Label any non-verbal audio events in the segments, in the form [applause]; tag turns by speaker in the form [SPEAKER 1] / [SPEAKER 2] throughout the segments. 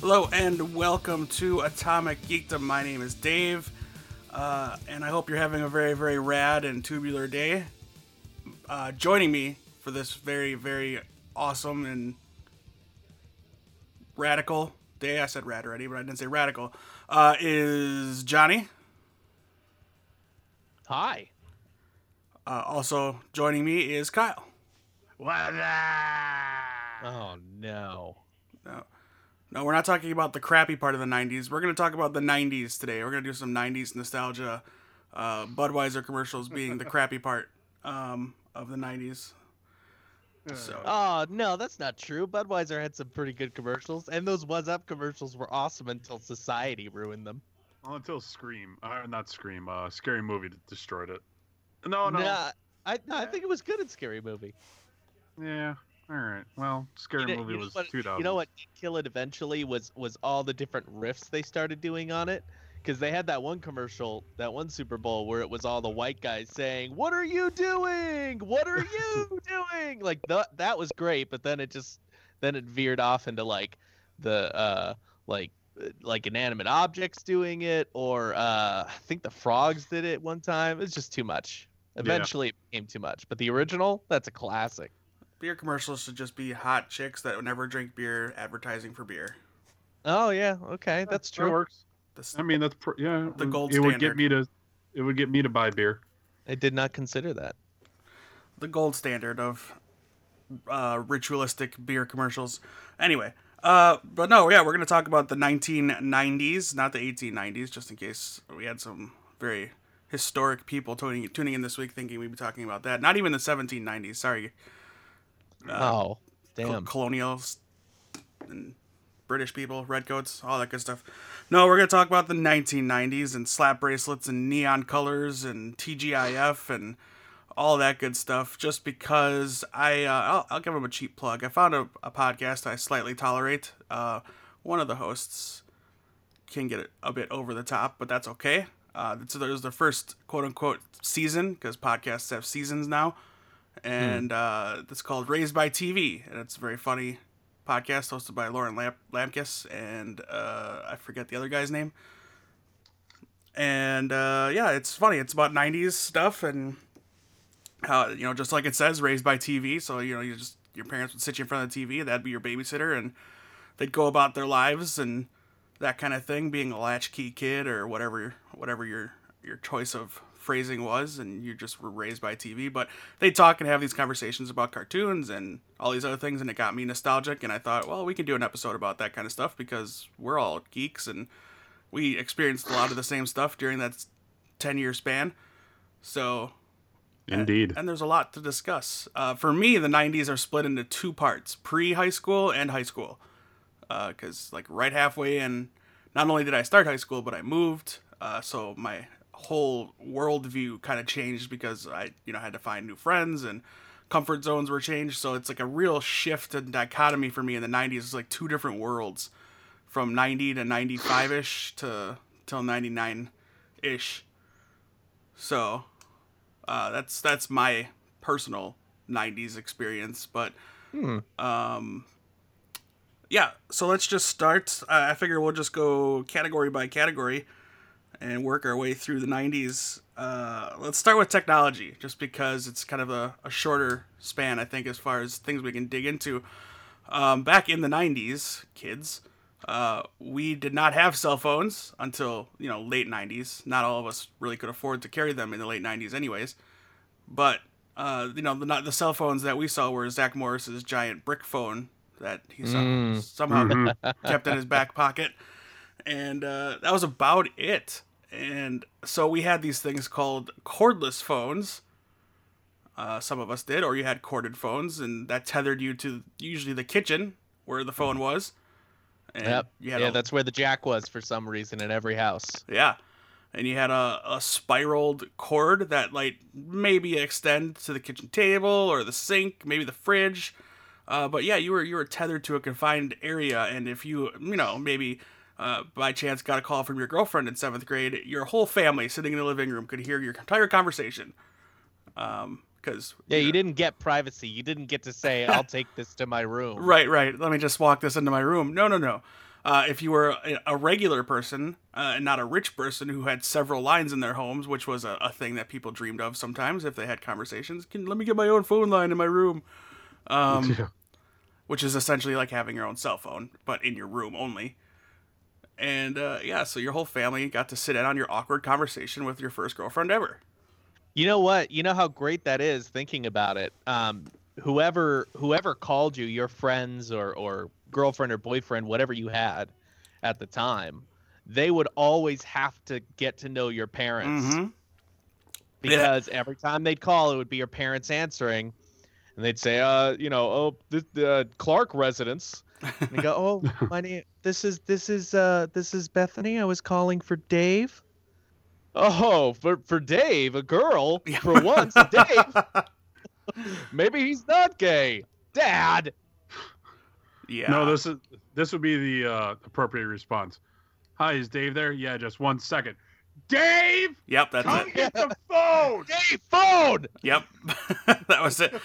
[SPEAKER 1] Hello and welcome to Atomic Geekdom. My name is Dave, uh, and I hope you're having a very, very rad and tubular day. Uh, joining me for this very, very awesome and radical day, I said rad already, but I didn't say radical, uh, is Johnny.
[SPEAKER 2] Hi.
[SPEAKER 1] Uh, also joining me is Kyle.
[SPEAKER 2] Oh no.
[SPEAKER 1] No, we're not talking about the crappy part of the 90s. We're going to talk about the 90s today. We're going to do some 90s nostalgia. Uh, Budweiser commercials being the crappy part um, of the 90s. So,
[SPEAKER 2] Oh no, that's not true. Budweiser had some pretty good commercials, and those "What's Up" commercials were awesome until society ruined them.
[SPEAKER 3] Well, until Scream, uh, not Scream, uh, Scary Movie destroyed it. No, no,
[SPEAKER 2] Nah, I, no, I think it was good in Scary Movie.
[SPEAKER 3] yeah, all right. Well, Scary
[SPEAKER 2] You know-
[SPEAKER 3] Movie
[SPEAKER 2] you know
[SPEAKER 3] was
[SPEAKER 2] what-
[SPEAKER 3] two dollars.
[SPEAKER 2] You know what did kill it eventually was was all the different riffs they started doing on it. Because they had that one commercial, that one Super Bowl where it was all the white guys saying, "What are you doing? What are [laughs] you doing?" Like that that was great, but then it just then it veered off into like the uh like uh, like inanimate objects doing it, or uh, I think the frogs did it one time. It's just too much. Eventually, it became too much. But the original, that's a classic.
[SPEAKER 1] beer commercials should just be hot chicks that would never drink beer advertising for beer.
[SPEAKER 2] Oh yeah, okay, that's
[SPEAKER 3] That
[SPEAKER 2] true.
[SPEAKER 3] works.
[SPEAKER 1] This,
[SPEAKER 3] I mean, that's pr- yeah.
[SPEAKER 1] The
[SPEAKER 3] it-
[SPEAKER 1] gold
[SPEAKER 3] It would
[SPEAKER 1] standard.
[SPEAKER 3] get me to. It would get me to buy beer.
[SPEAKER 2] I did not consider that.
[SPEAKER 1] the gold standard of uh, ritualistic beer commercials. Anyway, uh, but no, yeah, we're gonna talk about the 1990s, not the 1890s, just in case we had some very historic people tuning tuning in this week thinking we'd be talking about that. Not even the 1790s. Sorry,
[SPEAKER 2] oh,
[SPEAKER 1] Uh, col-
[SPEAKER 2] damn.
[SPEAKER 1] colonials and British people, redcoats, all that good stuff. No, we're gonna talk about the 1990s and slap bracelets and neon colors and TGIF and all that good stuff. Just because I, uh, I'll, I'll give them a cheap plug. I found a, a podcast I slightly tolerate. Uh, one of the hosts can get it a bit over the top, but that's okay. Uh, so there's the first quote unquote season because podcasts have seasons now and uh, it's called Raised by TV, and it's a very funny podcast hosted by Lauren Lamp- Lampkis and uh, I forget the other guy's name. And uh, yeah, it's funny. It's about '90s stuff and how you know, just like it says, raised by TV. So you know, you just your parents would sit you in front of the TV, that'd be your babysitter, and they'd go about their lives and that kind of thing, being a latchkey kid or whatever whatever your your choice of phrasing was, and you just were raised by TV. But they talk and have these conversations about cartoons and all these other things, and it got me nostalgic. And I thought, well, we can do an episode about that kind of stuff because we're all geeks and we experienced a lot of the same stuff during that ten year span. So
[SPEAKER 3] Indeed.
[SPEAKER 1] and there's a lot to discuss. Uh, for me, the 90s are split into two parts pre high school and high school. Because, like, right halfway in, not only did I start high school, but I moved. Uh, so my whole worldview kind of changed because I, you know, had to find new friends and comfort zones were changed. So it's like a real shift and dichotomy for me in the 90s. It's like two different worlds from 90 to 95 ish to till 99 ish. So uh, that's that's my personal 90s experience but
[SPEAKER 2] Hmm.
[SPEAKER 1] um yeah so let's just start uh, i figure we'll just go category by category and work our way through the 90s uh, let's start with technology just because it's kind of a, a shorter span i think as far as things we can dig into um, back in the 90s kids uh, we did not have cell phones until you know late 90s not all of us really could afford to carry them in the late 90s anyways but uh, you know the not the cell phones that we saw were Zach Morris's giant brick phone that he saw,
[SPEAKER 2] Mm.
[SPEAKER 1] somehow
[SPEAKER 3] Mhm.
[SPEAKER 1] kept in his back pocket. And uh, that was about it. And so we had these things called cordless phones. Uh, some of us did, or you had corded phones, and that tethered you to usually the kitchen where the phone was. And
[SPEAKER 2] Yep.
[SPEAKER 1] You had
[SPEAKER 2] Yeah,
[SPEAKER 1] a,
[SPEAKER 2] that's where the jack was for some reason in every house.
[SPEAKER 1] yeah. And you had a, a spiraled cord that like maybe extend to the kitchen table or the sink, maybe the fridge. Uh, but yeah, you were you were tethered to a confined area, and if you you know maybe uh, by chance got a call from your girlfriend in seventh grade, your whole family sitting in the living room could hear your entire conversation. Um, because
[SPEAKER 2] Yeah, you didn't get
[SPEAKER 1] [laughs]
[SPEAKER 2] privacy. You didn't get to say, "I'll take this to my room."
[SPEAKER 1] Right, right. Let me just walk this into my room. No, no, no. Uh, if you were a- a regular person uh, and not a rich person who had several lines in their homes, which was a, a thing that people dreamed of sometimes if they had conversations, can let me get my own phone line in my room, um,
[SPEAKER 3] [laughs] Yeah.
[SPEAKER 1] which is essentially like having your own cell phone, but in your room only. And uh, yeah, so your whole family got to sit in on your awkward conversation with your first girlfriend ever.
[SPEAKER 2] You know what? You know how great that is thinking about it. Um, whoever whoever called you, your friends or or girlfriend or boyfriend, whatever you had at the time, they would always have to get to know your parents
[SPEAKER 1] hmm
[SPEAKER 2] because every time they'd call, it would be your parents answering, and they'd say, "Uh, you know, oh, this uh, Clark residence." And [laughs] they go, "Oh, my name. This is this is uh this is Bethany. I was calling for Dave." Oh, for for Dave, a [laughs] girl
[SPEAKER 1] Yeah.
[SPEAKER 2] for once. Dave, maybe he's not gay. Dad,
[SPEAKER 1] yeah.
[SPEAKER 3] No, this is this would be the uh, appropriate response. Hi, is Dave there? Yeah, just one second. Dave,
[SPEAKER 1] Yep, that's it.
[SPEAKER 3] come get the phone.
[SPEAKER 2] [laughs] Dave, phone.
[SPEAKER 1] Yep, [laughs] that was it. Uh,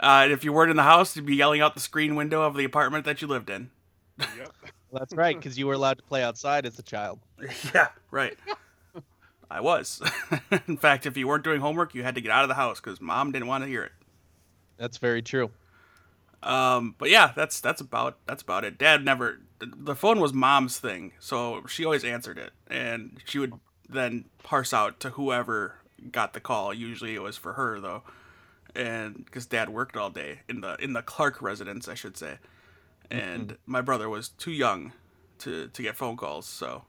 [SPEAKER 1] and if you weren't in the house, you'd be yelling out the screen window of the apartment that you lived in.
[SPEAKER 3] Yep.
[SPEAKER 2] That's right, because you were allowed to play outside as a child.
[SPEAKER 1] Yeah, right. I was. [laughs] in fact, if you weren't doing homework, you had to get out of the house because mom didn't want to hear it.
[SPEAKER 2] That's very true.
[SPEAKER 1] Um, but yeah, that's that's about that's about it. Dad never. the- The phone was mom's thing, so she always answered it, and she would then parse out to whoever got the call. Usually, it was for her though, and because Dad worked all day in the in the Clark residence, I should say,
[SPEAKER 2] Mm-hmm.
[SPEAKER 1] and my brother was too young to to get phone calls, so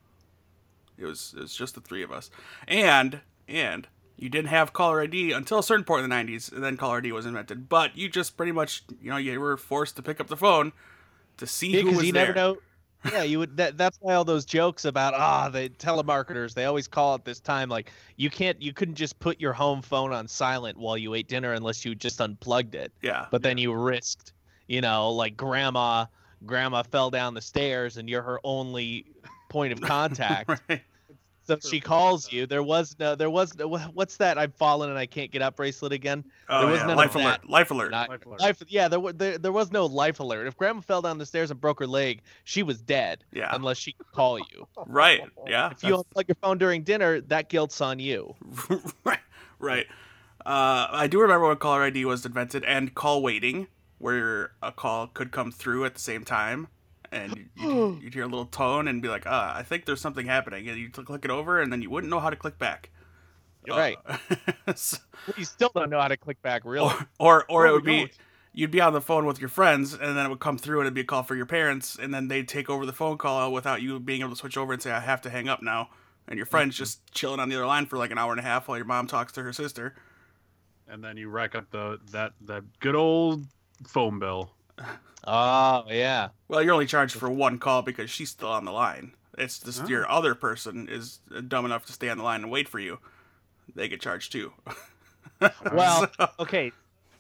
[SPEAKER 1] it was it was just the three of us, and and you didn't have caller ID until a certain point in the '90s, and then caller ID was invented. But you just pretty much you know you were forced to pick up the phone to see who
[SPEAKER 2] because
[SPEAKER 1] was
[SPEAKER 2] you
[SPEAKER 1] there.
[SPEAKER 2] never know. Yeah, you would. That, that's why all those jokes about ah the telemarketers. They always call at this time. Like you can't, you couldn't just put your home phone on silent while you ate dinner unless you just unplugged it.
[SPEAKER 1] Yeah, [laughs]
[SPEAKER 2] But then you risked, you know, like grandma. Grandma fell down the stairs and you're her only point of contact.
[SPEAKER 1] [laughs] right.
[SPEAKER 2] so she calls you. There was no. There was no. wha- What's that? I've fallen and I can't get up bracelet again.
[SPEAKER 1] Oh,
[SPEAKER 2] was
[SPEAKER 1] yeah.
[SPEAKER 2] none of
[SPEAKER 1] life
[SPEAKER 2] that.
[SPEAKER 1] alert! Life alert!
[SPEAKER 2] Not-
[SPEAKER 3] Life alert.
[SPEAKER 2] life. Yeah, there, wa- there there was no life alert. If grandma fell down the stairs and broke her leg, she was dead
[SPEAKER 1] yeah,
[SPEAKER 2] unless she could call you.
[SPEAKER 1] right. Yeah,
[SPEAKER 2] [laughs] If you unplug your phone during dinner, that guilt's on you.
[SPEAKER 1] [laughs] right. Right. Uh, I do remember when caller ID was invented and call waiting, where a call could come through at the same time,
[SPEAKER 2] [gasps]
[SPEAKER 1] and you'd, you'd hear a little tone and be like, uh, "I think there's something happening," and you'd click it over, and then you wouldn't know how to click back. Uh,
[SPEAKER 2] You're right.
[SPEAKER 1] [laughs] so-
[SPEAKER 2] You still don't know how to click back, really.
[SPEAKER 1] or or, or
[SPEAKER 3] No,
[SPEAKER 1] it would
[SPEAKER 3] we
[SPEAKER 1] be
[SPEAKER 3] don't.
[SPEAKER 1] you'd be on the phone with your friends, and then it would come through, and it'd be a call for your parents, and then they'd take over the phone call without you being able to switch over and say, "I have to hang up now." And your friend's
[SPEAKER 2] Mm-hmm.
[SPEAKER 1] just chilling on the other line for like an hour and a half while your mom talks to her sister.
[SPEAKER 3] And then you rack up the that that good old phone bill.
[SPEAKER 2] Oh yeah.
[SPEAKER 1] Well, you're only charged for one call because she's still on the line. It's just
[SPEAKER 3] Oh.
[SPEAKER 1] your other person is dumb enough to stay on the line and wait for you. They get charged too.
[SPEAKER 2] Well,
[SPEAKER 1] So-
[SPEAKER 2] okay.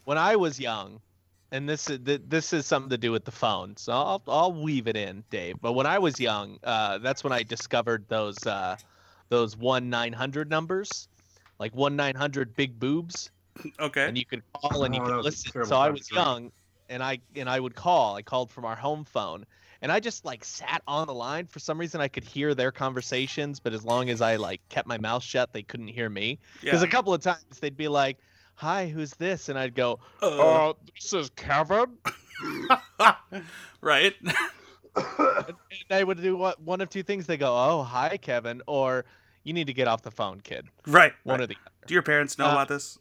[SPEAKER 2] When I was young, and this is th- this is something to do with the phone, so I'll I'll weave it in, Dave. But when I was young, uh, that's when I discovered those uh, those one nine hundred numbers, like one nine hundred big boobs.
[SPEAKER 1] [laughs] okay.
[SPEAKER 2] and you could call and you
[SPEAKER 3] Oh,
[SPEAKER 2] could
[SPEAKER 3] that was a
[SPEAKER 2] listen.
[SPEAKER 3] terrible
[SPEAKER 2] So I
[SPEAKER 3] time to
[SPEAKER 2] was
[SPEAKER 3] drink.
[SPEAKER 2] young, and I and I would call. I called from our home phone, and I just like sat on the line. For some reason, I could hear their conversations, but as long as I like kept my mouth shut, they couldn't hear me. Because
[SPEAKER 1] Yeah.
[SPEAKER 2] a couple of times they'd be like, "Hi, who's this?" and I'd go,
[SPEAKER 1] Uh,
[SPEAKER 2] "Uh, this is Kevin."
[SPEAKER 1] right. [laughs]
[SPEAKER 2] And they would do what one of two things. They go, "Oh, hi, Kevin," or "You need to get off the phone, kid."
[SPEAKER 1] right.
[SPEAKER 2] One
[SPEAKER 1] right.
[SPEAKER 2] or the
[SPEAKER 1] Do your parents know
[SPEAKER 2] Uh,
[SPEAKER 1] about this?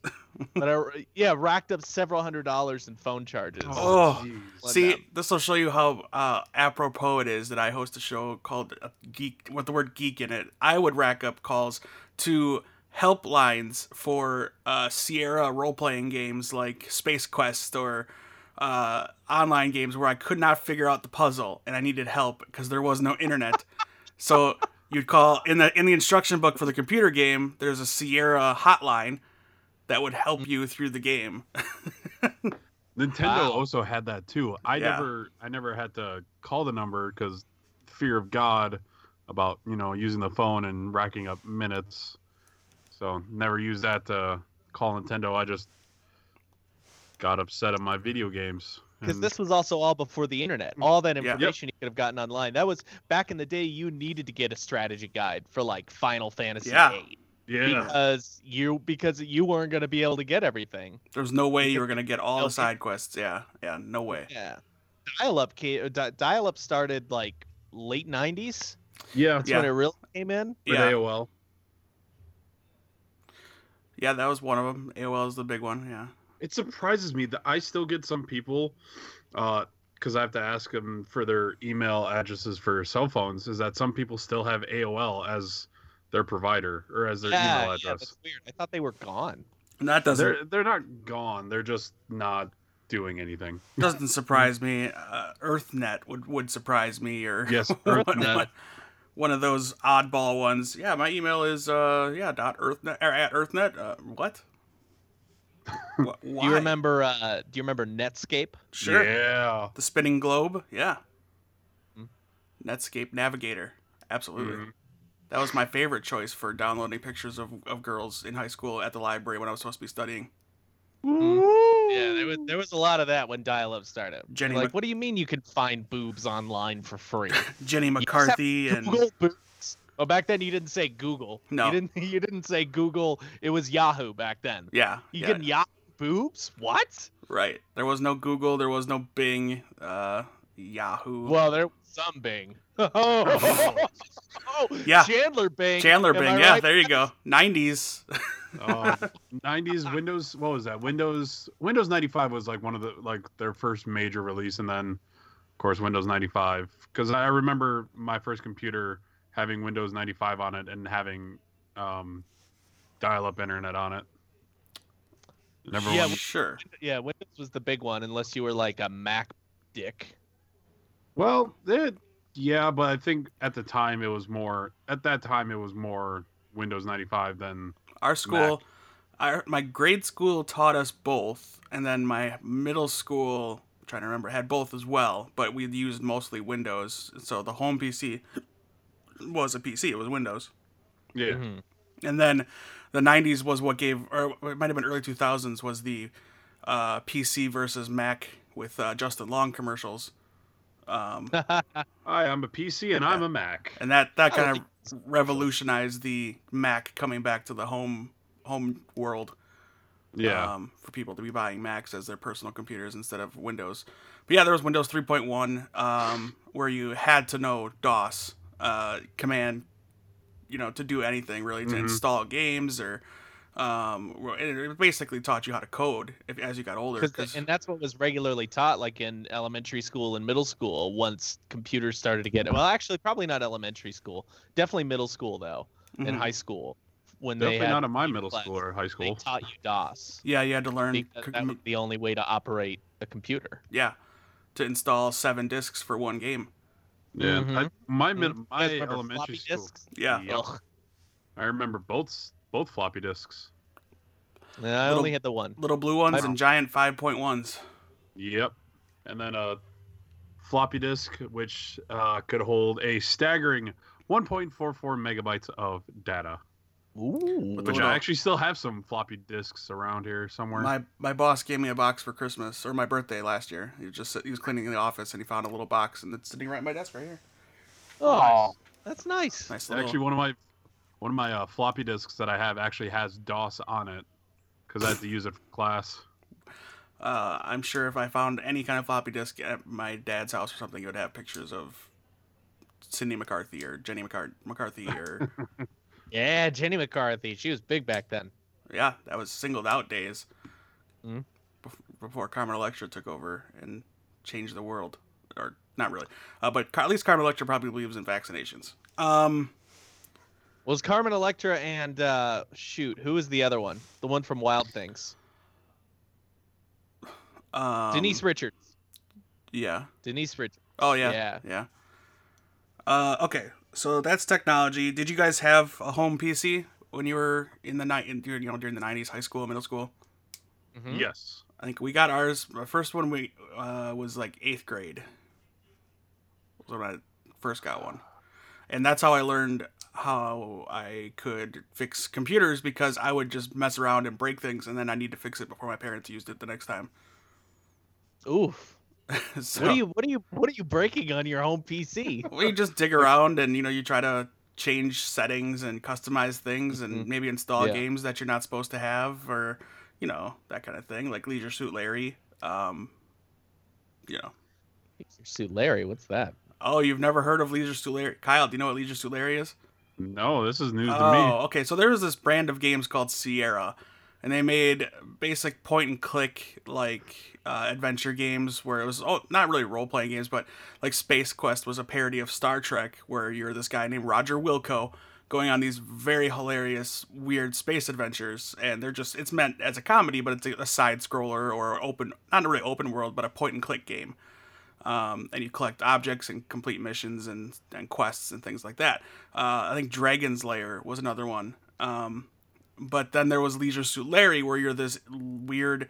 [SPEAKER 2] but I, yeah, racked up several hundred dollars in phone charges.
[SPEAKER 1] Oh,
[SPEAKER 3] jeez.
[SPEAKER 2] Let
[SPEAKER 1] See,
[SPEAKER 2] them.
[SPEAKER 1] this will show you how uh, apropos it is that I host a show called uh, Geek with the word geek in it. I would rack up calls to helplines for uh, Sierra role playing games like Space Quest or uh, online games where I could not figure out the puzzle and I needed help because there was no
[SPEAKER 2] [laughs]
[SPEAKER 1] internet. so you'd call in the in the instruction book for the computer game. There's a Sierra hotline that would
[SPEAKER 2] Mm.
[SPEAKER 1] help you through the game.
[SPEAKER 3] Nintendo
[SPEAKER 2] Wow.
[SPEAKER 3] also had that too. I
[SPEAKER 1] Yeah.
[SPEAKER 3] never I never had to call the number because fear of God about you know using the phone and racking up minutes. So never used that to call Nintendo. I just got upset at my video games.
[SPEAKER 2] because
[SPEAKER 3] and-
[SPEAKER 2] this was also all before the internet. All that
[SPEAKER 1] Yep.
[SPEAKER 2] information you could have gotten online. That was back in the day. You needed to get a strategy guide for like Final Fantasy
[SPEAKER 1] Yeah.
[SPEAKER 2] VIII
[SPEAKER 3] yeah,
[SPEAKER 2] because you because you weren't going to be able to get everything.
[SPEAKER 1] There's no way you were gonna get all the
[SPEAKER 2] Okay.
[SPEAKER 1] side quests. Yeah, yeah, no way.
[SPEAKER 2] Yeah, dial up. uh, Di- dial up started like late '90s.
[SPEAKER 3] yeah,
[SPEAKER 2] That's when it really came in.
[SPEAKER 3] with
[SPEAKER 1] Yeah,
[SPEAKER 3] AOL.
[SPEAKER 1] yeah, that was one of them. AOL is the big one. Yeah,
[SPEAKER 3] It surprises me that I still get some people, because I have to ask them for their email addresses for cell phones. Is that some people still have AOL as their provider or as their
[SPEAKER 2] yeah,
[SPEAKER 3] email
[SPEAKER 2] yeah,
[SPEAKER 3] address?
[SPEAKER 2] that's weird. I thought they were gone.
[SPEAKER 1] and that doesn't
[SPEAKER 3] they're they're not gone. They're just not
[SPEAKER 1] [laughs]
[SPEAKER 3] doing anything.
[SPEAKER 1] doesn't surprise me. Uh, EarthNet would would surprise me, or
[SPEAKER 3] Yes,
[SPEAKER 1] [laughs] one,
[SPEAKER 3] EarthNet.
[SPEAKER 1] one- one of those oddball ones. Yeah, my email is uh yeah dot EarthNet or at EarthNet. Uh,
[SPEAKER 3] [laughs]
[SPEAKER 1] what? Wh- Why?
[SPEAKER 2] Do you remember? Uh, do you remember Netscape?
[SPEAKER 1] Sure.
[SPEAKER 3] Yeah.
[SPEAKER 1] The spinning globe. Yeah.
[SPEAKER 2] Hmm.
[SPEAKER 1] Netscape Navigator.
[SPEAKER 2] Mm-hmm.
[SPEAKER 1] Absolutely.
[SPEAKER 3] Mhm.
[SPEAKER 1] That was my favorite choice for downloading pictures of, of girls in high school at the library when I was supposed to be studying.
[SPEAKER 2] Mm-hmm. Yeah, there was there was a lot of that when dial up started.
[SPEAKER 1] Jenny
[SPEAKER 2] like,
[SPEAKER 1] Mc-
[SPEAKER 2] what do you mean you can find boobs online for free?
[SPEAKER 1] Jenny
[SPEAKER 2] just
[SPEAKER 1] McCarthy and
[SPEAKER 2] Google boobs. Oh, back then you didn't say Google.
[SPEAKER 1] No.
[SPEAKER 2] you didn't. [laughs] You didn't say Google. It was Yahoo back then.
[SPEAKER 1] yeah,
[SPEAKER 2] You
[SPEAKER 1] yeah,
[SPEAKER 2] can Yahoo boobs? What?
[SPEAKER 1] right. There was no Google. There was no Bing. Uh, Yahoo.
[SPEAKER 2] Well, there was some Bing. [laughs] Oh,
[SPEAKER 1] Yeah.
[SPEAKER 2] Chandler Bing.
[SPEAKER 1] Chandler
[SPEAKER 2] Am I
[SPEAKER 1] Bing. Yeah,
[SPEAKER 2] right?
[SPEAKER 1] there you go. 90s.
[SPEAKER 3] um, 90s Windows. What was that? Windows Windows 95 was like one of the like their first major release, and then of course Windows 95. Because I remember my first computer having Windows 95 on it and having um, dial-up internet on it.
[SPEAKER 1] [laughs]
[SPEAKER 3] And everyone,
[SPEAKER 2] Yeah,
[SPEAKER 1] sure.
[SPEAKER 2] yeah, Windows was the big one, unless you were like a Mac dick.
[SPEAKER 3] Well, it, yeah, but I think at the time it was more. At that time it was more Windows 95 than
[SPEAKER 1] Our school, our, my grade school taught us both, and then my middle school, I'm trying to remember, had both as well, but we used mostly Windows. So the home PC was a PC, it was Windows.
[SPEAKER 3] yeah.
[SPEAKER 2] Mhm.
[SPEAKER 1] And then the 90s was what gave, or it might have been early 2000s, was the uh, PC versus Mac with uh, Justin Long commercials. Um,
[SPEAKER 3] Hi, I'm a PC and I'm a Mac.
[SPEAKER 1] and that, that
[SPEAKER 2] I
[SPEAKER 1] kind
[SPEAKER 2] don't
[SPEAKER 1] of
[SPEAKER 2] think it's commercial.
[SPEAKER 1] revolutionized the Mac coming back to the home home world.
[SPEAKER 3] Yeah,
[SPEAKER 1] Um, for people to be buying Macs as their personal computers instead of Windows. But yeah, there was Windows 3.1 um, where you had to know DOS uh, command, you know, to do anything really to
[SPEAKER 3] Mhm.
[SPEAKER 1] install games or. Um, well, it it basically taught you how to code if, as you got older.
[SPEAKER 2] 'Cause-
[SPEAKER 1] 'cause-
[SPEAKER 2] and that's what was regularly taught like in elementary school and middle school once computers started to get well actually probably not elementary school definitely middle school though and
[SPEAKER 1] Mhm.
[SPEAKER 2] high school when they
[SPEAKER 3] definitely
[SPEAKER 2] had
[SPEAKER 3] not in my
[SPEAKER 2] computer
[SPEAKER 3] middle
[SPEAKER 2] class,
[SPEAKER 3] school or high
[SPEAKER 2] they
[SPEAKER 3] school.
[SPEAKER 2] taught you DOS
[SPEAKER 1] yeah, you had to learn.
[SPEAKER 2] because
[SPEAKER 1] c-
[SPEAKER 2] that was
[SPEAKER 1] m-
[SPEAKER 2] the only way to operate a computer
[SPEAKER 1] yeah, to install seven discs for one game.
[SPEAKER 3] Yeah, I,
[SPEAKER 2] Mhm.
[SPEAKER 3] my mid,
[SPEAKER 2] Mhm. You guys
[SPEAKER 3] my
[SPEAKER 2] remember
[SPEAKER 3] elementary
[SPEAKER 2] floppy
[SPEAKER 3] school.
[SPEAKER 2] disks?
[SPEAKER 1] Yeah,
[SPEAKER 3] Yep.
[SPEAKER 2] Ugh.
[SPEAKER 3] I remember both both floppy disks.
[SPEAKER 2] No, I
[SPEAKER 1] Little-
[SPEAKER 2] only had the one
[SPEAKER 1] little blue ones
[SPEAKER 3] I-
[SPEAKER 1] and giant 5.1s.
[SPEAKER 3] Yep, and then a floppy disk which uh, could hold a staggering 1.44 megabytes of data.
[SPEAKER 2] Ooh.
[SPEAKER 1] With the
[SPEAKER 3] Which
[SPEAKER 1] little-
[SPEAKER 3] I actually still have some floppy disks around here somewhere.
[SPEAKER 1] My my boss gave me a box for Christmas or my birthday last year. He was just sit- he was cleaning the office and he found a little box and it's sitting right at my desk right here.
[SPEAKER 2] oh that's nice
[SPEAKER 1] Nice little.
[SPEAKER 3] actually, one of my one of my uh, floppy disks that I have actually has DOS on it because I had to use it for class.
[SPEAKER 1] uh, I'm sure if I found any kind of floppy disk at my dad's house or something, it would have pictures of Cindy McCarthy or Jenny McCart- McCarthy or
[SPEAKER 2] yeah Jenny McCarthy she was big back then
[SPEAKER 1] yeah, that was singled out days
[SPEAKER 2] Mm.
[SPEAKER 1] Bef- before Carmen Electra took over and changed the world, or not really, uh, but Car- at least Carmen Electra probably believes in vaccinations. Um,
[SPEAKER 2] was Carmen Electra and uh shoot who was the other one the one from Wild Things
[SPEAKER 1] um,
[SPEAKER 2] Denise Richards
[SPEAKER 1] Yeah.
[SPEAKER 2] Denise Richards
[SPEAKER 1] Oh yeah.
[SPEAKER 2] Yeah.
[SPEAKER 1] Yeah. Uh, okay, so that's technology. Did you guys have a home PC when you were in the night, you know, during the '90s, high school, middle school?
[SPEAKER 2] Mhm.
[SPEAKER 3] Yes.
[SPEAKER 1] I think we got ours. My first one we uh, was like eighth grade. Was when I first got one, and that's how I learned how I could fix computers because I would just mess around and break things, and then I need to fix it before my parents used it the next time.
[SPEAKER 2] Oof.
[SPEAKER 1] [laughs] so
[SPEAKER 2] What are you what are you what are you breaking on your home
[SPEAKER 1] [laughs]
[SPEAKER 2] PC?
[SPEAKER 1] we just dig around and you know you try to change settings and customize things and
[SPEAKER 2] Mhm.
[SPEAKER 1] maybe install
[SPEAKER 2] Yeah.
[SPEAKER 1] games that you're not supposed to have or you know that kind of thing like Leisure Suit Larry. Um, you know,
[SPEAKER 2] Suit Larry, what's that?
[SPEAKER 1] oh you've never heard of Leisure Suit Larry? Kyle, do you know what Leisure Suit Larry is?
[SPEAKER 3] No, this is news
[SPEAKER 1] oh, okay. So there was this brand of games called Sierra, and they made basic point and click like uh, adventure games where it was oh not really role playing games, but like Space Quest was a parody of Star Trek where you're this guy named Roger Wilco going on these very hilarious weird space adventures and they're just it's meant as a comedy but it's a, a side scroller or open not really open world but a point and click game um, and you collect objects and complete missions and, and quests and things like that. Uh, I think Dragon's Lair was another one. Um, but then there was Leisure Suit Larry, where you're this weird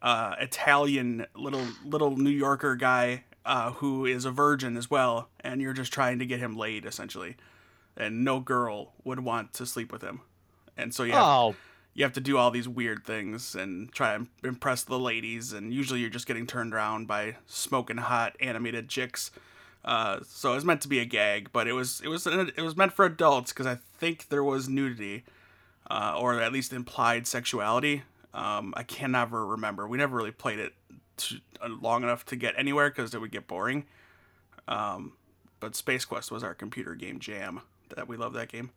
[SPEAKER 1] uh, Italian little little New Yorker guy uh, who is a virgin as well, and you're just trying to get him laid essentially, and no girl would want to sleep with him, and so you have
[SPEAKER 2] Oh,
[SPEAKER 1] you have to do all these weird things and try and impress the ladies and usually you're just getting turned around by smoking hot animated chicks uh, so it was meant to be a gag but it was it was it was meant for adults because i think there was nudity uh, or at least implied sexuality um, i can never remember we never really played it t uh, long enough to get anywhere because it would get boring um, but space quest was our computer game jam that we love that game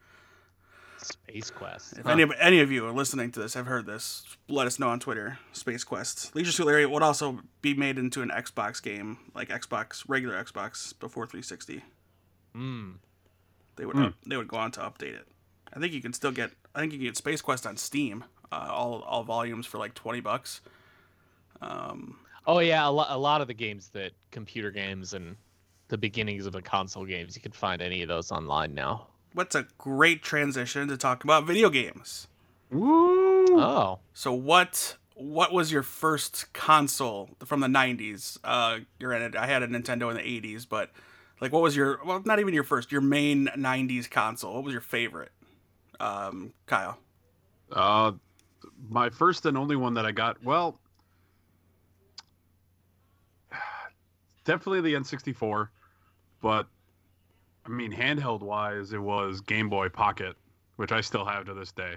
[SPEAKER 2] Space Quest.
[SPEAKER 1] if
[SPEAKER 3] Huh.
[SPEAKER 1] any of any of you are listening to this, have heard this, let us know on Twitter. Space Quest, Leisure Suit Larry would also be made into an Xbox game, like Xbox regular Xbox before 360.
[SPEAKER 2] Mm.
[SPEAKER 1] They would
[SPEAKER 3] Hmm.
[SPEAKER 1] up- they would go on to update it. I think you can still get I think you can get Space Quest on Steam, uh, all all volumes for like 20 bucks. Um,
[SPEAKER 2] Oh yeah, a, lo- a lot of the games that computer games and the beginnings of the console games, you can find any of those online now.
[SPEAKER 1] what's a great transition to talk about video games.
[SPEAKER 3] to me. Woo!
[SPEAKER 2] Oh,
[SPEAKER 1] So what what was your first console from the 90s? Uh granted, I had a Nintendo in the 80s, but like what was your well not even your first, your main 90s console. What was your favorite? Um Kyle.
[SPEAKER 3] Uh, my first and only one that I got. Well, definitely the N64, but I mean, handheld wise, it was Game Boy Pocket, which I still have to this day.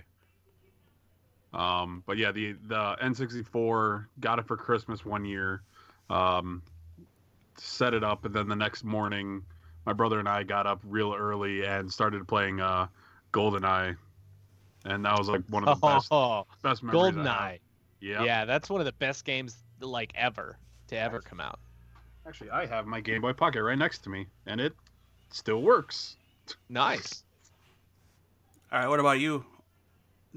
[SPEAKER 3] Um, but yeah, the the N64 got it for Christmas one year. Um, set it up, and then the next morning, my brother and I got up real early and started playing uh, GoldenEye, and that was like
[SPEAKER 2] [laughs]
[SPEAKER 3] one of the best
[SPEAKER 2] oh,
[SPEAKER 3] best memories. I have.
[SPEAKER 2] GoldenEye.
[SPEAKER 3] Yeah.
[SPEAKER 2] Yeah, that's one of the best games like ever to ever come out.
[SPEAKER 3] Actually, I have my Game Boy Pocket right next to me, and it still works.
[SPEAKER 2] Nice.
[SPEAKER 1] All right, what about you,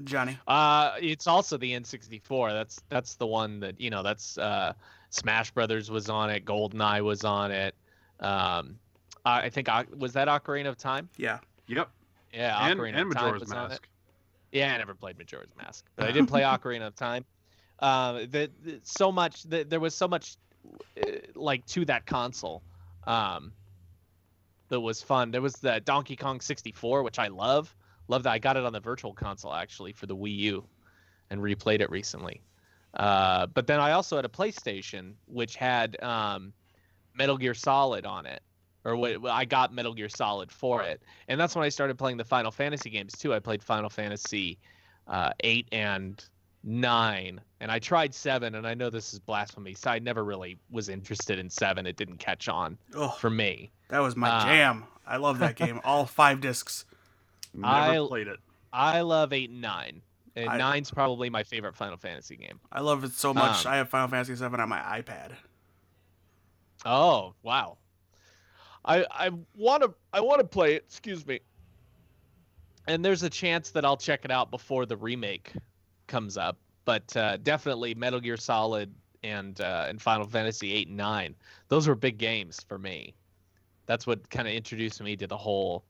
[SPEAKER 1] Johnny?
[SPEAKER 2] Uh, it's also the N64. That's that's the one that you know. That's uh, Smash Brothers was on it. GoldenEye was on it. Um, I I think O- was that Ocarina of Time.
[SPEAKER 1] Yeah.
[SPEAKER 3] Yep.
[SPEAKER 2] Yeah,
[SPEAKER 3] and
[SPEAKER 2] Ocarina
[SPEAKER 3] and
[SPEAKER 2] of Time
[SPEAKER 3] Majora's
[SPEAKER 2] was on it.
[SPEAKER 3] Mask.
[SPEAKER 2] Yeah, I never played Majora's Mask, but I did play Ocarina of Time. Um, the, the- so much the, there was so much uh, like to that console um, that was fun. There was the Donkey Kong 64, which I love. Love that I got it on the virtual console actually for the Wii U, and replayed it recently. Uh, but then I also had a PlayStation which had um, Metal Gear Solid on it, or what I got Metal Gear Solid for it and that's when I started playing the Final Fantasy games too. I played Final Fantasy uh, eight and nine, and I tried seven. And I know this is blasphemy, so I never really was interested in seven. It didn't catch on
[SPEAKER 1] Oh,
[SPEAKER 2] for me.
[SPEAKER 1] that was my
[SPEAKER 2] Uh.
[SPEAKER 1] jam. I love that
[SPEAKER 2] [laughs]
[SPEAKER 1] game. All 5 discs.
[SPEAKER 3] Never
[SPEAKER 2] I-
[SPEAKER 3] played it.
[SPEAKER 2] I love eight and nine, and
[SPEAKER 1] I-
[SPEAKER 2] nine's probably my favorite Final Fantasy game.
[SPEAKER 1] I love it so much.
[SPEAKER 2] Um.
[SPEAKER 1] I have Final Fantasy 7 on my iPad.
[SPEAKER 2] Oh wow, I I want to I want to play it. Excuse me. And there's a chance that I'll check it out before the remake comes up, but uh, definitely Metal Gear Solid and uh, and Final Fantasy eight and nine. Those were big games for me. That's what kind of introduced me to the whole.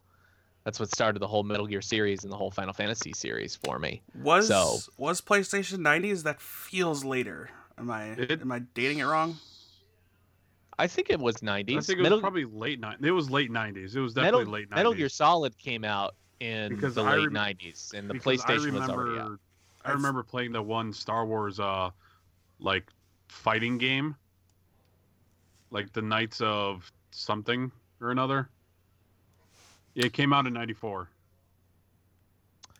[SPEAKER 2] That's what started the whole Metal Gear series and the whole Final Fantasy series for me.
[SPEAKER 1] Was
[SPEAKER 2] So-
[SPEAKER 1] was PlayStation 90s that feels later? Am I
[SPEAKER 3] It-
[SPEAKER 1] am I dating it wrong?
[SPEAKER 2] I think it was 90s.
[SPEAKER 3] I think it was
[SPEAKER 2] Metal,
[SPEAKER 3] probably late night. It was late nineties. It was
[SPEAKER 2] Metal,
[SPEAKER 3] definitely late nineties.
[SPEAKER 2] Metal Gear Solid came out in
[SPEAKER 3] Because
[SPEAKER 2] the
[SPEAKER 3] I
[SPEAKER 2] late
[SPEAKER 3] rem-
[SPEAKER 2] 90s, and the
[SPEAKER 3] Because
[SPEAKER 2] PlayStation
[SPEAKER 3] I remember,
[SPEAKER 2] was already out.
[SPEAKER 3] I remember playing the one Star Wars, uh, like fighting game, like the Knights of something or another. It came out in '94.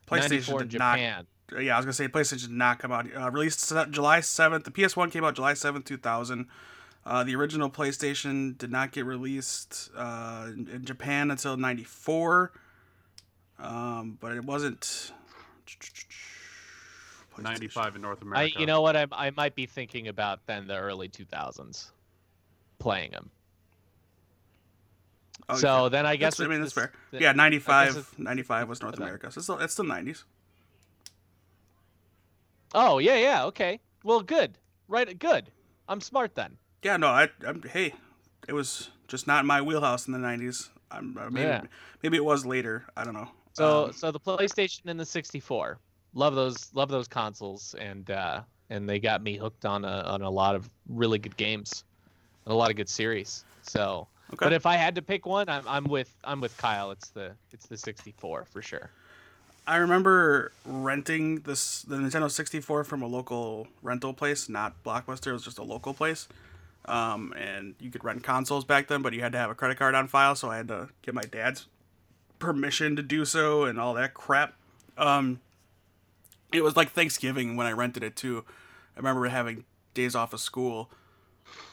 [SPEAKER 2] PlayStation
[SPEAKER 1] PlayStation
[SPEAKER 2] in
[SPEAKER 1] did not.
[SPEAKER 2] Japan.
[SPEAKER 1] Yeah, I was gonna say PlayStation did not come out. Uh, released se- July seventh. The PS One came out July seventh, two thousand. Uh, the original PlayStation did not get released uh, in in Japan until '94, um, but it wasn't. PlayStation.
[SPEAKER 3] '95 in North
[SPEAKER 2] I,
[SPEAKER 3] America.
[SPEAKER 2] you know what? I, I might be thinking about then the early 2000s, playing them.
[SPEAKER 1] Oh,
[SPEAKER 2] so then I
[SPEAKER 1] That's-
[SPEAKER 2] guess
[SPEAKER 1] I mean,
[SPEAKER 2] it's
[SPEAKER 1] that's fair.
[SPEAKER 2] this-
[SPEAKER 1] yeah, 95,
[SPEAKER 2] it's-
[SPEAKER 1] 95 was North
[SPEAKER 2] that.
[SPEAKER 1] America. So it's still, it's still 90s.
[SPEAKER 2] Oh yeah, yeah. Okay. Well, good. Right. Good. I'm smart then.
[SPEAKER 1] Yeah, no, I, I'm, hey, it was just not my wheelhouse in the 90s. I'm, uh, maybe,
[SPEAKER 2] Yeah.
[SPEAKER 1] maybe it was later. I don't know.
[SPEAKER 2] So
[SPEAKER 1] Um,
[SPEAKER 2] so the PlayStation and the 64. Love those love those consoles and uh and they got me hooked on a, on a lot of really good games and a lot of good series. So
[SPEAKER 1] Okay.
[SPEAKER 2] but if I had to pick one, I'm I'm with I'm with Kyle. It's the it's the 64 for
[SPEAKER 3] [gasps]
[SPEAKER 2] sure.
[SPEAKER 1] I remember renting this the Nintendo 64 from a local rental place, not Blockbuster. It was just a local place. Um, and you could rent consoles back then, but you had to have a credit card on file, so I had to get my dad's permission to do so and all that crap. Um, it was like Thanksgiving when I rented it too. I remember having days off of school.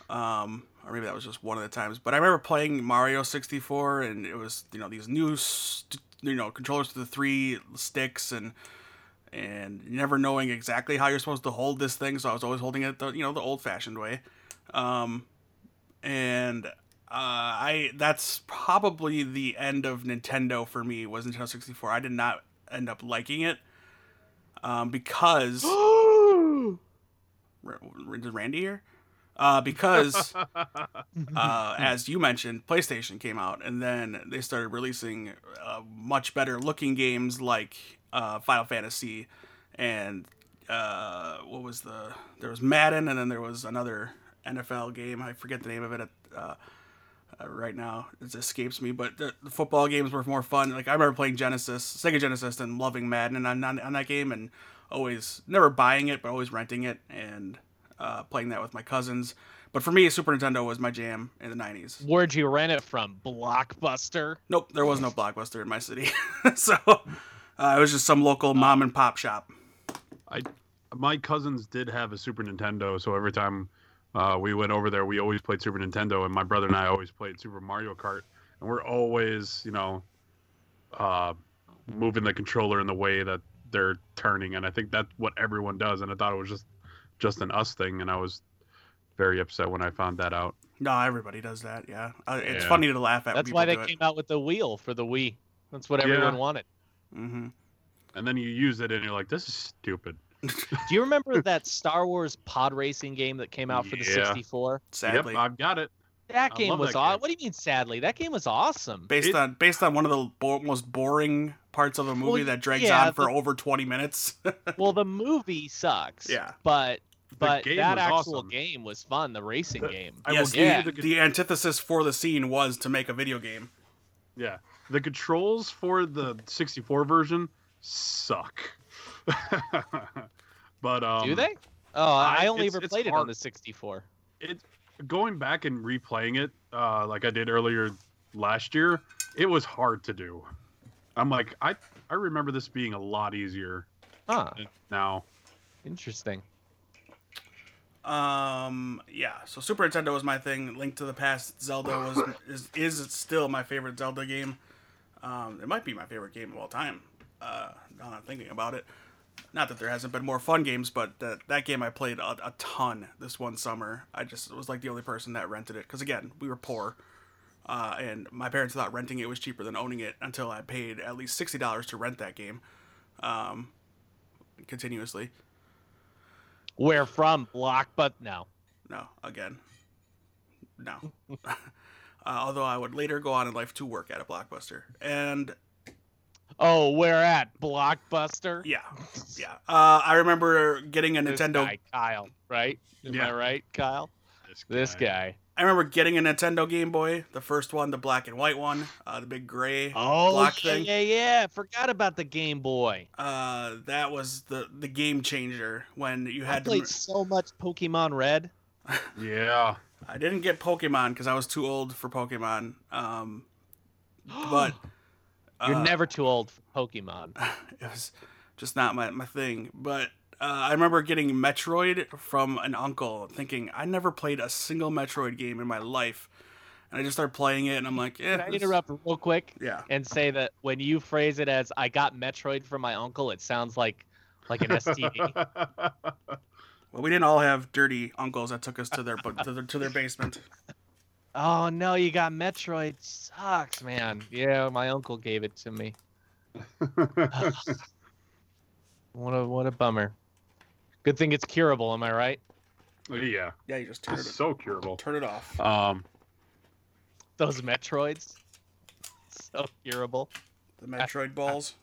[SPEAKER 1] Um, or maybe that was just one of the times. But I remember playing Mario 64, and it was you know these new st- you know controllers to the three sticks and and never knowing exactly how you're supposed to hold this thing. So I was always holding it the you know the old fashioned way. Um, and uh, I that's probably the end of Nintendo for me was Nintendo 64. I did not end up liking it um,
[SPEAKER 2] [gasps]
[SPEAKER 1] because R- R- is Randy here. Uh, because
[SPEAKER 3] [laughs]
[SPEAKER 1] uh, as you mentioned, PlayStation came out, and then they started releasing uh, much better looking games like uh, Final Fantasy, and uh, what was the there was Madden, and then there was another NFL game. I forget the name of it at, uh, uh, right now. It escapes me. But the, the football games were more fun. Like I remember playing Genesis, Sega Genesis, and loving Madden on, on, on that game, and always never buying it, but always renting it and uh, playing that with my cousins. But for me, Super Nintendo was my jam in the '90s.
[SPEAKER 2] Where'd you rent it from? Blockbuster.
[SPEAKER 1] Nope, there was no Blockbuster in my city, [laughs] so uh, it was just some local mom and pop shop.
[SPEAKER 3] my cousins did have a Super Nintendo, so every time uh, we went over there, we always played Super Nintendo, and my brother and I always played Super Mario Kart, and we're always, you know, uh, moving the controller in the way that they're turning, and I think that's what everyone does, and I thought it was just just an us thing, and I was very upset when I found that out.
[SPEAKER 1] No, everybody does that. Yeah, uh, it's
[SPEAKER 3] Yeah.
[SPEAKER 1] funny to laugh at.
[SPEAKER 2] That's
[SPEAKER 1] when
[SPEAKER 2] why they
[SPEAKER 1] people do
[SPEAKER 2] came out with the wheel for the Wii. That's what
[SPEAKER 3] Yeah.
[SPEAKER 2] everyone wanted.
[SPEAKER 1] It. hmm
[SPEAKER 3] And then you use it, and you're like, this is stupid.
[SPEAKER 2] Do you
[SPEAKER 3] [laughs]
[SPEAKER 2] remember that Star Wars pod racing game that came out for the
[SPEAKER 3] Yeah.
[SPEAKER 2] 64?
[SPEAKER 1] Sadly,
[SPEAKER 3] Yep, I've got it.
[SPEAKER 2] That
[SPEAKER 3] I
[SPEAKER 2] game
[SPEAKER 3] love
[SPEAKER 2] was
[SPEAKER 3] that
[SPEAKER 2] aw
[SPEAKER 3] game.
[SPEAKER 2] What do you mean, sadly? That game was awesome.
[SPEAKER 1] based
[SPEAKER 3] It-
[SPEAKER 1] on based on one of the bo- most boring parts of a movie that drags
[SPEAKER 2] yeah,
[SPEAKER 1] on for
[SPEAKER 2] the-
[SPEAKER 1] over 20 minutes.
[SPEAKER 2] well, the movie sucks.
[SPEAKER 1] Yeah.
[SPEAKER 2] But but
[SPEAKER 3] game
[SPEAKER 2] that
[SPEAKER 3] was
[SPEAKER 2] actual
[SPEAKER 3] awesome.
[SPEAKER 2] game was fun. The racing
[SPEAKER 3] The-
[SPEAKER 2] game.
[SPEAKER 3] I
[SPEAKER 1] yes,
[SPEAKER 3] will give
[SPEAKER 2] yeah.
[SPEAKER 3] you
[SPEAKER 1] [laughs]
[SPEAKER 3] the,
[SPEAKER 1] the antithesis for the scene was to make a video game.
[SPEAKER 3] Yeah. The controls for the 64 version suck. [laughs] but um
[SPEAKER 2] Do they? Oh, I,
[SPEAKER 3] I-
[SPEAKER 2] only
[SPEAKER 3] it's-
[SPEAKER 2] ever
[SPEAKER 3] it's
[SPEAKER 2] played it on
[SPEAKER 3] hard.
[SPEAKER 2] the 64.
[SPEAKER 3] it going back and replaying it uh like I did earlier last year, it was hard to do. I'm like I I remember this being a lot easier
[SPEAKER 2] Huh.
[SPEAKER 3] now.
[SPEAKER 2] Interesting.
[SPEAKER 1] Um, yeah. So Super Nintendo was my thing. Link to the Past, Zelda was is is still my favorite Zelda game. Um, it might be my favorite game of all time. Uh, now that I'm thinking about it. Not that there hasn't been more fun games, but that that game I played a, a ton this one summer. I just was like the only person that rented it because again we were poor, uh, and my parents thought renting it was cheaper than owning it until I paid at least sixty dollars to rent that game, um, continuously.
[SPEAKER 2] Where from? Block, but no.
[SPEAKER 1] No, again. No. [laughs] uh, although I would later go on in life to work at a blockbuster. And
[SPEAKER 2] Oh, where at? Blockbuster. [laughs]
[SPEAKER 1] yeah, yeah. Uh, I remember getting a
[SPEAKER 2] This
[SPEAKER 1] Nintendo.
[SPEAKER 2] guy, Kyle. Right? Am I
[SPEAKER 3] Yeah.
[SPEAKER 2] right, Kyle? This guy.
[SPEAKER 1] I remember getting a Nintendo Game Boy, the first one, the black and white one, uh, the big gray.
[SPEAKER 2] Oh,
[SPEAKER 1] block
[SPEAKER 2] yeah,
[SPEAKER 1] thing.
[SPEAKER 2] yeah, yeah. Forgot about the Game Boy.
[SPEAKER 1] Uh, that was the the game changer when you
[SPEAKER 2] I
[SPEAKER 1] had to.
[SPEAKER 2] played so much Pokemon Red.
[SPEAKER 3] Yeah.
[SPEAKER 1] I didn't get Pokemon because I was too old for Pokemon. Um, but
[SPEAKER 2] [gasps] You're
[SPEAKER 1] uh,
[SPEAKER 2] never too old for
[SPEAKER 3] [laughs]
[SPEAKER 2] Pokemon.
[SPEAKER 1] it was just not my, my thing. But uh, I remember getting Metroid from an uncle, thinking I never played a single Metroid game in my life, and I just started playing it, and I'm like, eh,
[SPEAKER 2] Can I
[SPEAKER 1] this-
[SPEAKER 2] interrupt real quick
[SPEAKER 1] Yeah,
[SPEAKER 2] and say that when you phrase it as "I got Metroid from my uncle," it sounds like like an STD.
[SPEAKER 1] well, we didn't all have dirty uncles that took us to their to their, to their basement.
[SPEAKER 2] [laughs] oh no, you got Metroid. Sucks, man. Yeah, my uncle gave it to me. [laughs] What a what a bummer. Good thing it's curable, am I right?
[SPEAKER 3] [laughs] yeah,
[SPEAKER 1] Yeah, you just turn
[SPEAKER 3] it's
[SPEAKER 1] it
[SPEAKER 3] so curable.
[SPEAKER 1] turn it off.
[SPEAKER 3] Um,
[SPEAKER 2] Those Metroids. [laughs] So curable.
[SPEAKER 1] The Metroid balls.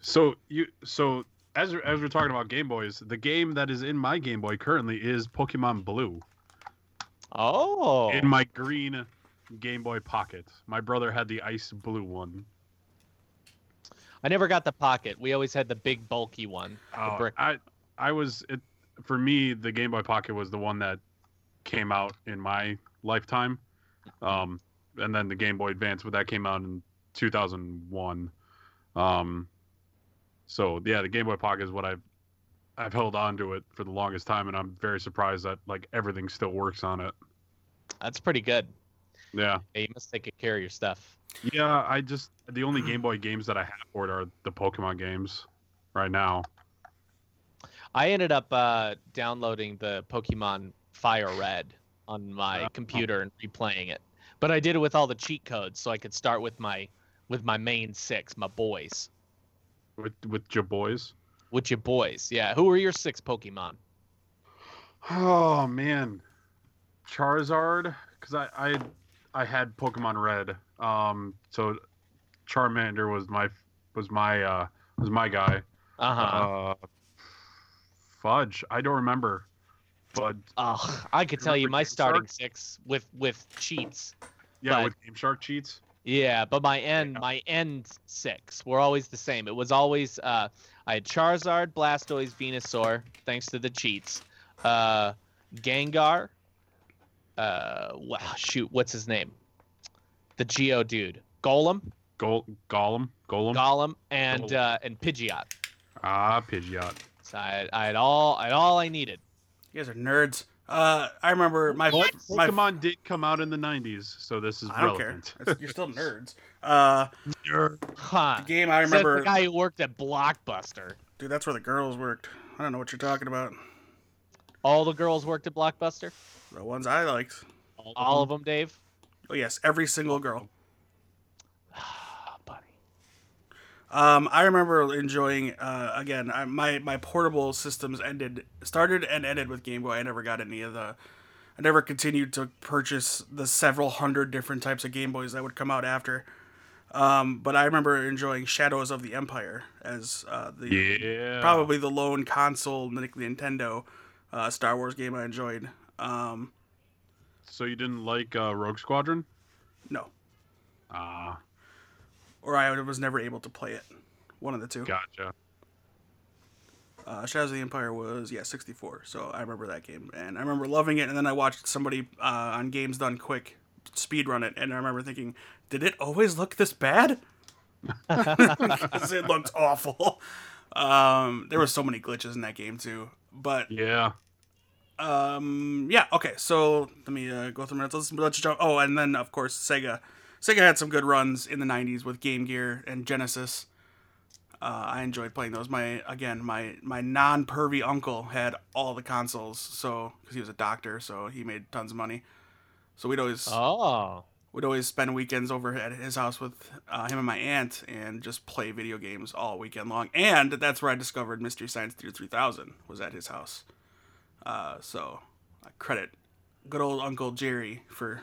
[SPEAKER 3] so you so as we're- as we're talking about Game Boys, the game that is in my Game Boy currently is Pokemon Blue
[SPEAKER 2] Oh.
[SPEAKER 3] in my green Game Boy Pocket. My brother had the ice blue one.
[SPEAKER 2] I never got the pocket. We always had the big bulky one.
[SPEAKER 3] Oh,
[SPEAKER 2] brick.
[SPEAKER 3] I I was it for me the Game Boy Pocket was the one that came out in my lifetime, um, and then the Game Boy Advance, but that came out in 2001. Um, so yeah, the Game Boy Pocket is what I've I've held on to it for the longest time, and I'm very surprised that like everything still works on it.
[SPEAKER 2] That's pretty good.
[SPEAKER 3] Yeah,
[SPEAKER 2] Yeah, you must take good care of your stuff.
[SPEAKER 3] yeah. I just the only [clears throat] Game Boy games that I have for it are the Pokemon games right now.
[SPEAKER 2] I ended up uh, downloading the Pokemon Fire Red on my
[SPEAKER 3] Oh.
[SPEAKER 2] computer and replaying it. But I did it with all the cheat codes, so I could start with my with my main six, my boys.
[SPEAKER 3] With with your boys.
[SPEAKER 2] With your boys, yeah. Who are your six Pokemon?
[SPEAKER 3] Oh man, Charizard, because I, I I had Pokemon Red, um, so Charmander was my was my uh, was my guy.
[SPEAKER 2] Uh-huh.
[SPEAKER 3] Uh, fudge, I don't remember, but
[SPEAKER 2] Ugh, I could tell you
[SPEAKER 3] Remember
[SPEAKER 2] my
[SPEAKER 3] Game
[SPEAKER 2] starting
[SPEAKER 3] Shark?
[SPEAKER 2] six with with cheats.
[SPEAKER 3] yeah,
[SPEAKER 2] But-
[SPEAKER 3] with Game Shark cheats.
[SPEAKER 2] Yeah, but my end my end six were always the same. It was always uh, I had Charizard, Blastoise, Venusaur, thanks to the cheats. Uh, Gengar. Uh, wow, shoot, what's his name? The Geo dude, Golem,
[SPEAKER 3] Gol- Golem, Golem,
[SPEAKER 2] Golem, and
[SPEAKER 3] Golem.
[SPEAKER 2] uh, and Pidgeot.
[SPEAKER 3] ah, Pidgeot.
[SPEAKER 2] So I, I had all I had all I needed.
[SPEAKER 1] You guys are nerds. Uh, I remember my
[SPEAKER 3] Well,
[SPEAKER 1] my
[SPEAKER 3] Pokemon did come out in the '90s, so this is
[SPEAKER 1] I don't
[SPEAKER 3] relevant.
[SPEAKER 1] care. It's- You're still nerds. Uh,
[SPEAKER 3] Sure.
[SPEAKER 2] Huh.
[SPEAKER 1] the game I
[SPEAKER 2] [laughs] Says
[SPEAKER 1] remember,
[SPEAKER 2] the guy who worked at Blockbuster.
[SPEAKER 1] dude. That's where the girls worked. I don't know what you're talking about.
[SPEAKER 2] All the girls worked at Blockbuster.
[SPEAKER 1] The ones I liked.
[SPEAKER 2] All of them, Dave.
[SPEAKER 1] Oh yes, every single girl.
[SPEAKER 2] Ah, Buddy.
[SPEAKER 1] Um, I remember enjoying. Uh, again, I, my my portable systems ended, started and ended with Game Boy. I never got any of the. I never continued to purchase the several hundred different types of Game Boys that would come out after. Um, but I remember enjoying Shadows of the Empire as uh, the
[SPEAKER 3] Yeah.
[SPEAKER 1] probably the lone console like Nintendo uh, Star Wars game I enjoyed. Um,
[SPEAKER 3] So you didn't like uh, Rogue Squadron?
[SPEAKER 1] no,
[SPEAKER 3] Ah,
[SPEAKER 1] or I was never able to play it. One of the two.
[SPEAKER 3] gotcha.
[SPEAKER 1] Uh, Shadows of the Empire was yeah 64, so I remember that game and I remember loving it. And then I watched somebody uh, on Games Done Quick speed run it, and I remember thinking, did it always look this bad? [laughs] Because it looked awful. [laughs] Um, there were so many glitches in that game too, but
[SPEAKER 3] Yeah.
[SPEAKER 1] Um. Yeah. Okay. So let me uh, go through my notes. Let's, let's jump. Oh, and then of course Sega. Sega had some good runs in the '90s with Game Gear and Genesis. Uh, I enjoyed playing those. My again, my my non-pervy uncle had all the consoles, so because he was a doctor, so he made tons of money. So we'd always
[SPEAKER 2] Oh.
[SPEAKER 1] would always spend weekends over at his house with uh, him and my aunt and just play video games all weekend long. And that's where I discovered Mystery Science Theater 3000 was at his house. Uh, so I credit good old Uncle Jerry for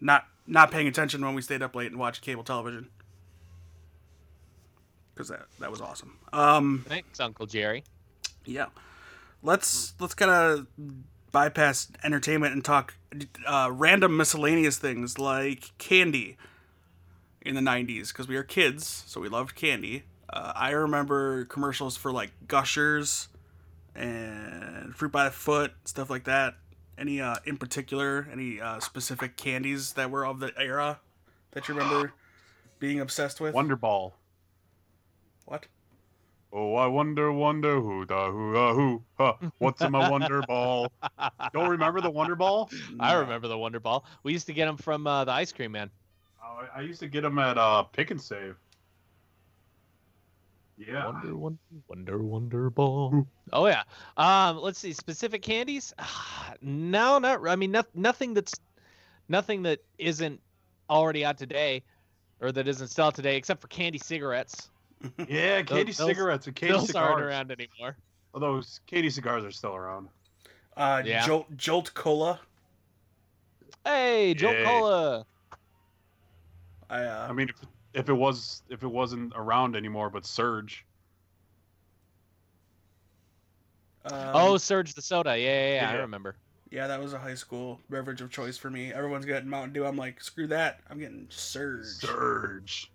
[SPEAKER 1] not not paying attention when we stayed up late and watched cable television because that that was awesome. Um,
[SPEAKER 2] Thanks, Uncle Jerry.
[SPEAKER 1] yeah. Let's let's kind of bypass entertainment and talk uh, random miscellaneous things like candy in the 90s because we are kids, so we loved candy. Uh, I remember commercials for like Gushers and Fruit by the Foot, stuff like that. Any uh, in particular, any uh, specific candies that were of the era that you remember being obsessed with?
[SPEAKER 3] Wonder Ball.
[SPEAKER 1] What?
[SPEAKER 3] Oh, I wonder, wonder who da who da who. Huh, what's in [laughs] my Wonder Ball?
[SPEAKER 2] [laughs]
[SPEAKER 3] Don't remember the Wonder Ball?
[SPEAKER 2] I
[SPEAKER 1] No.
[SPEAKER 2] remember the Wonder Ball. We used to get them from uh, the ice cream man.
[SPEAKER 3] Oh, I, I used to get them at uh, Pick and Save. Yeah.
[SPEAKER 2] Wonder, wonder, wonder, wonder ball. Oh yeah. Um, let's see. Specific candies? [sighs] no, not. re- I mean, noth- nothing that's, nothing that isn't already out today, or that isn't still out today, except for candy cigarettes.
[SPEAKER 3] Yeah, candy
[SPEAKER 2] those-
[SPEAKER 3] cigarettes and candy
[SPEAKER 2] Those aren't
[SPEAKER 3] cigars.
[SPEAKER 2] around anymore.
[SPEAKER 3] Although s- candy cigars are still around.
[SPEAKER 1] [laughs] Uh,
[SPEAKER 2] Yeah.
[SPEAKER 1] Jolt, Jolt Cola.
[SPEAKER 2] Hey, Jolt
[SPEAKER 3] Yay.
[SPEAKER 2] Cola.
[SPEAKER 1] I, uh,
[SPEAKER 3] I mean, if, if it was if it wasn't around anymore, but Surge.
[SPEAKER 1] um,
[SPEAKER 2] oh, Surge the soda. Yeah, yeah, yeah, I
[SPEAKER 3] yeah.
[SPEAKER 2] remember.
[SPEAKER 1] yeah, that was a high school beverage of choice for me. Everyone's getting Mountain Dew. I'm like, screw that. I'm getting Surge.
[SPEAKER 3] Surge.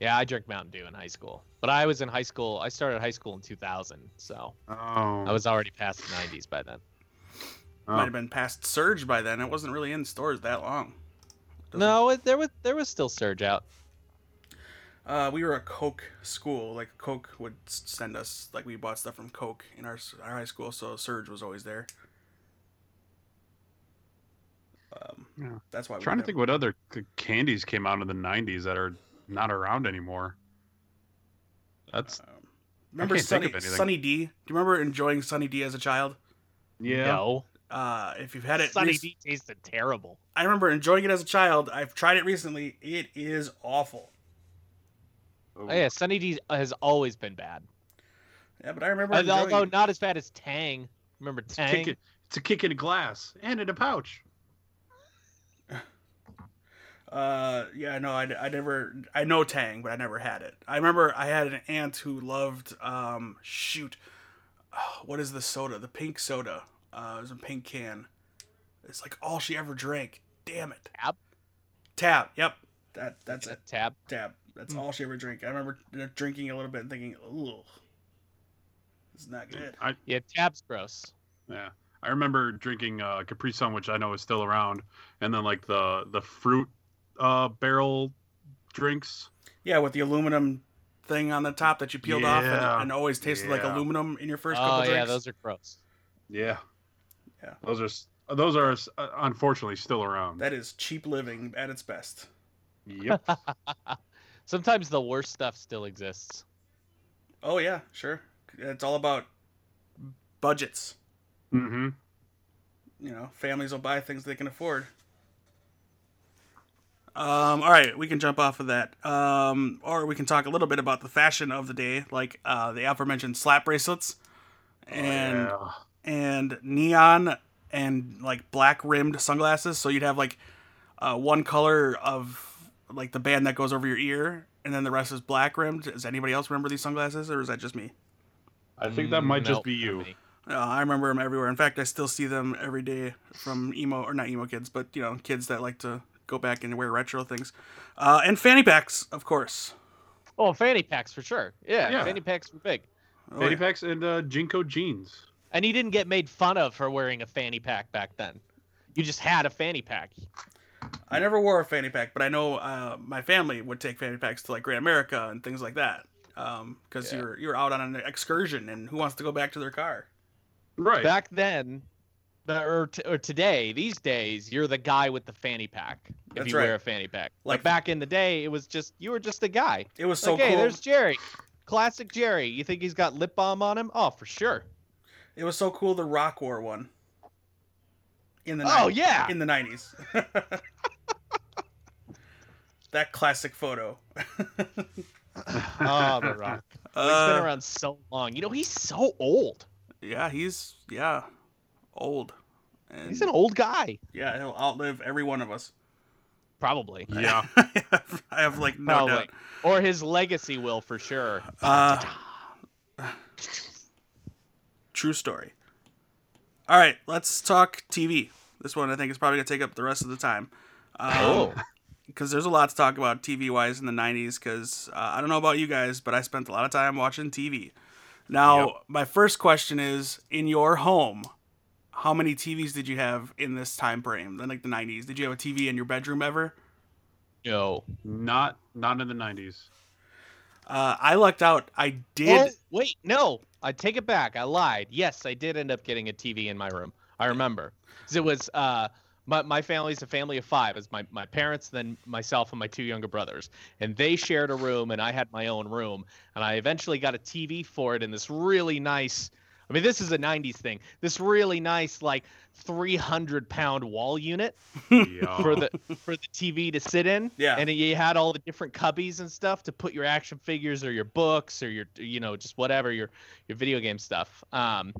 [SPEAKER 2] Yeah, I drank Mountain Dew in high school, but I was in high school. I started high school in 2000, so
[SPEAKER 3] Oh,
[SPEAKER 2] I was already past the 90s by then.
[SPEAKER 3] oh.
[SPEAKER 1] Might have been past Surge by then. It wasn't really in stores that long. Doesn't-
[SPEAKER 2] No, it, there was there was still Surge out.
[SPEAKER 1] Uh, we were a Coke school. Like Coke would s- send us, like we bought stuff from Coke in our s- our high school, so Surge was always there. Um,
[SPEAKER 3] Yeah.
[SPEAKER 1] that's why. we um,
[SPEAKER 3] trying to
[SPEAKER 1] never-
[SPEAKER 3] think what other c- candies came out in the '90s that are not around anymore. That's
[SPEAKER 1] Um, remember
[SPEAKER 3] can't think
[SPEAKER 1] Sunny
[SPEAKER 3] of anything.
[SPEAKER 1] Sunny D? Do you remember enjoying Sunny D as a child?
[SPEAKER 3] yeah.
[SPEAKER 2] No,
[SPEAKER 1] Uh, if you've had it,
[SPEAKER 2] Sunny
[SPEAKER 1] rec-
[SPEAKER 2] D tasted terrible.
[SPEAKER 1] I remember enjoying it as a child. I've tried it recently. It is awful.
[SPEAKER 3] Oh,
[SPEAKER 2] Oh, yeah, Sunny D has always been bad.
[SPEAKER 1] Yeah, but I remember.
[SPEAKER 2] And
[SPEAKER 1] Enjoying
[SPEAKER 2] Although
[SPEAKER 1] it.
[SPEAKER 2] not as bad as Tang. Remember
[SPEAKER 3] It's a, kick
[SPEAKER 2] Tang?
[SPEAKER 3] it, it's a kick in a glass and in a pouch.
[SPEAKER 1] Uh, yeah, no, I, I never, I know Tang, but I never had it. I remember I had an aunt who loved, um, shoot, [sighs] oh, what is the soda? The pink soda. Uh, it was a pink can. It's like all she ever drank. Damn it.
[SPEAKER 2] Tab?
[SPEAKER 1] Tab. Yep. That that's it.
[SPEAKER 2] Uh, Tab.
[SPEAKER 1] Tab. That's all she ever drank. I remember drinking a little bit and thinking, ooh, it's
[SPEAKER 3] Mm.
[SPEAKER 1] not good.
[SPEAKER 3] I,
[SPEAKER 2] Yeah, Tab's gross.
[SPEAKER 3] Yeah, I remember drinking uh, Capri Sun, which I know is still around, and then like the the fruit uh, barrel drinks.
[SPEAKER 1] Yeah, with the aluminum thing on the top that you peeled off
[SPEAKER 3] Yeah.
[SPEAKER 1] and, and always tasted like
[SPEAKER 3] Yeah.
[SPEAKER 1] aluminum in your first couple
[SPEAKER 2] oh
[SPEAKER 1] drinks.
[SPEAKER 2] yeah, those are gross.
[SPEAKER 3] Yeah,
[SPEAKER 1] Yeah.
[SPEAKER 3] Those are s- those are s- uh, unfortunately still around.
[SPEAKER 1] That is cheap living at its best.
[SPEAKER 3] [laughs] Yep.
[SPEAKER 2] Sometimes the worst stuff still exists.
[SPEAKER 1] Oh yeah, sure. It's all about budgets.
[SPEAKER 3] mm-hmm.
[SPEAKER 1] You know, families will buy things they can afford. Um, all right, we can jump off of that, um, or we can talk a little bit about the fashion of the day, like uh, the aforementioned slap bracelets, and
[SPEAKER 3] Oh, yeah.
[SPEAKER 1] and neon and like black rimmed sunglasses. So you'd have like uh, one color of like the band that goes over your ear, and then the rest is black rimmed. Does anybody else remember these sunglasses, or is that just me?
[SPEAKER 3] I think that might just
[SPEAKER 2] Nope,
[SPEAKER 3] be
[SPEAKER 2] not
[SPEAKER 3] you.
[SPEAKER 2] Mm, me.
[SPEAKER 1] Uh, I remember them everywhere. In fact, I still see them every day from emo or not emo kids, but you know kids that like to go back and wear retro things, uh, and fanny packs, of course.
[SPEAKER 2] Oh, fanny packs for sure. Yeah,
[SPEAKER 3] Yeah.
[SPEAKER 2] fanny packs were big.
[SPEAKER 1] Oh,
[SPEAKER 3] Fanny
[SPEAKER 1] yeah.
[SPEAKER 3] packs and uh, Jinko jeans.
[SPEAKER 2] And he didn't get made fun of for wearing a fanny pack back then. You just had a fanny pack.
[SPEAKER 1] I never wore a fanny pack, but I know uh, my family would take fanny packs to like Great America and things like that. Because
[SPEAKER 2] Yeah.
[SPEAKER 1] you're you're out on an excursion, and who wants to go back to their car?
[SPEAKER 3] Right.
[SPEAKER 2] Back then, the, or, t- or today, these days, you're the guy with the fanny pack if
[SPEAKER 1] That's
[SPEAKER 2] you
[SPEAKER 1] right.
[SPEAKER 2] wear a fanny pack. Like
[SPEAKER 1] Like-
[SPEAKER 2] back in the day, it was just you were just a guy.
[SPEAKER 1] It was so
[SPEAKER 2] like, hey,
[SPEAKER 1] cool.
[SPEAKER 2] there's Jerry, classic Jerry. You think he's got lip balm on him? Oh, for sure.
[SPEAKER 1] It was so cool. The Rock wore one. In the
[SPEAKER 2] oh
[SPEAKER 1] ni-
[SPEAKER 2] yeah. [laughs]
[SPEAKER 1] in the nineties. [laughs] that classic photo.
[SPEAKER 2] oh, the rock.
[SPEAKER 1] [laughs]
[SPEAKER 2] he's
[SPEAKER 1] Uh,
[SPEAKER 2] been around so long. You know, he's so old.
[SPEAKER 1] yeah, he's yeah, old. And,
[SPEAKER 2] He's an old guy,
[SPEAKER 1] yeah, he'll outlive every one of us.
[SPEAKER 2] probably.
[SPEAKER 3] yeah.
[SPEAKER 1] [laughs] I have- I have like no
[SPEAKER 2] Probably.
[SPEAKER 1] doubt.
[SPEAKER 2] Or his legacy will for sure.
[SPEAKER 1] Uh, True story. All right, let's talk TV. This one I think is probably gonna take up the rest of the time. Um,
[SPEAKER 2] oh.
[SPEAKER 1] because there's a lot to talk about TV wise in the 90s. Because uh, I don't know about you guys, but I spent a lot of time watching TV. Now, my first question is in your home, how many TVs did you have in this time frame? Then like the 90s, did you have a TV in your bedroom ever?
[SPEAKER 2] No.
[SPEAKER 3] Not not in the nineties.
[SPEAKER 1] Uh, I lucked out. I did.
[SPEAKER 2] Oh, wait, no. I take it back. I lied. Yes, I did end up getting a TV in my room. I remember. 'Cause It was uh my, my family's a family of five. It's my, my parents, then myself and my two younger brothers. And they shared a room and I had my own room. And I eventually got a TV for it in this really nice I mean, this is a nineties thing. This really nice, like three hundred pound wall unit [laughs] for the for the TV to sit in.
[SPEAKER 1] Yeah.
[SPEAKER 2] And you had all the different cubbies and stuff to put your action figures or your books or your you know just whatever your your video game stuff. Um,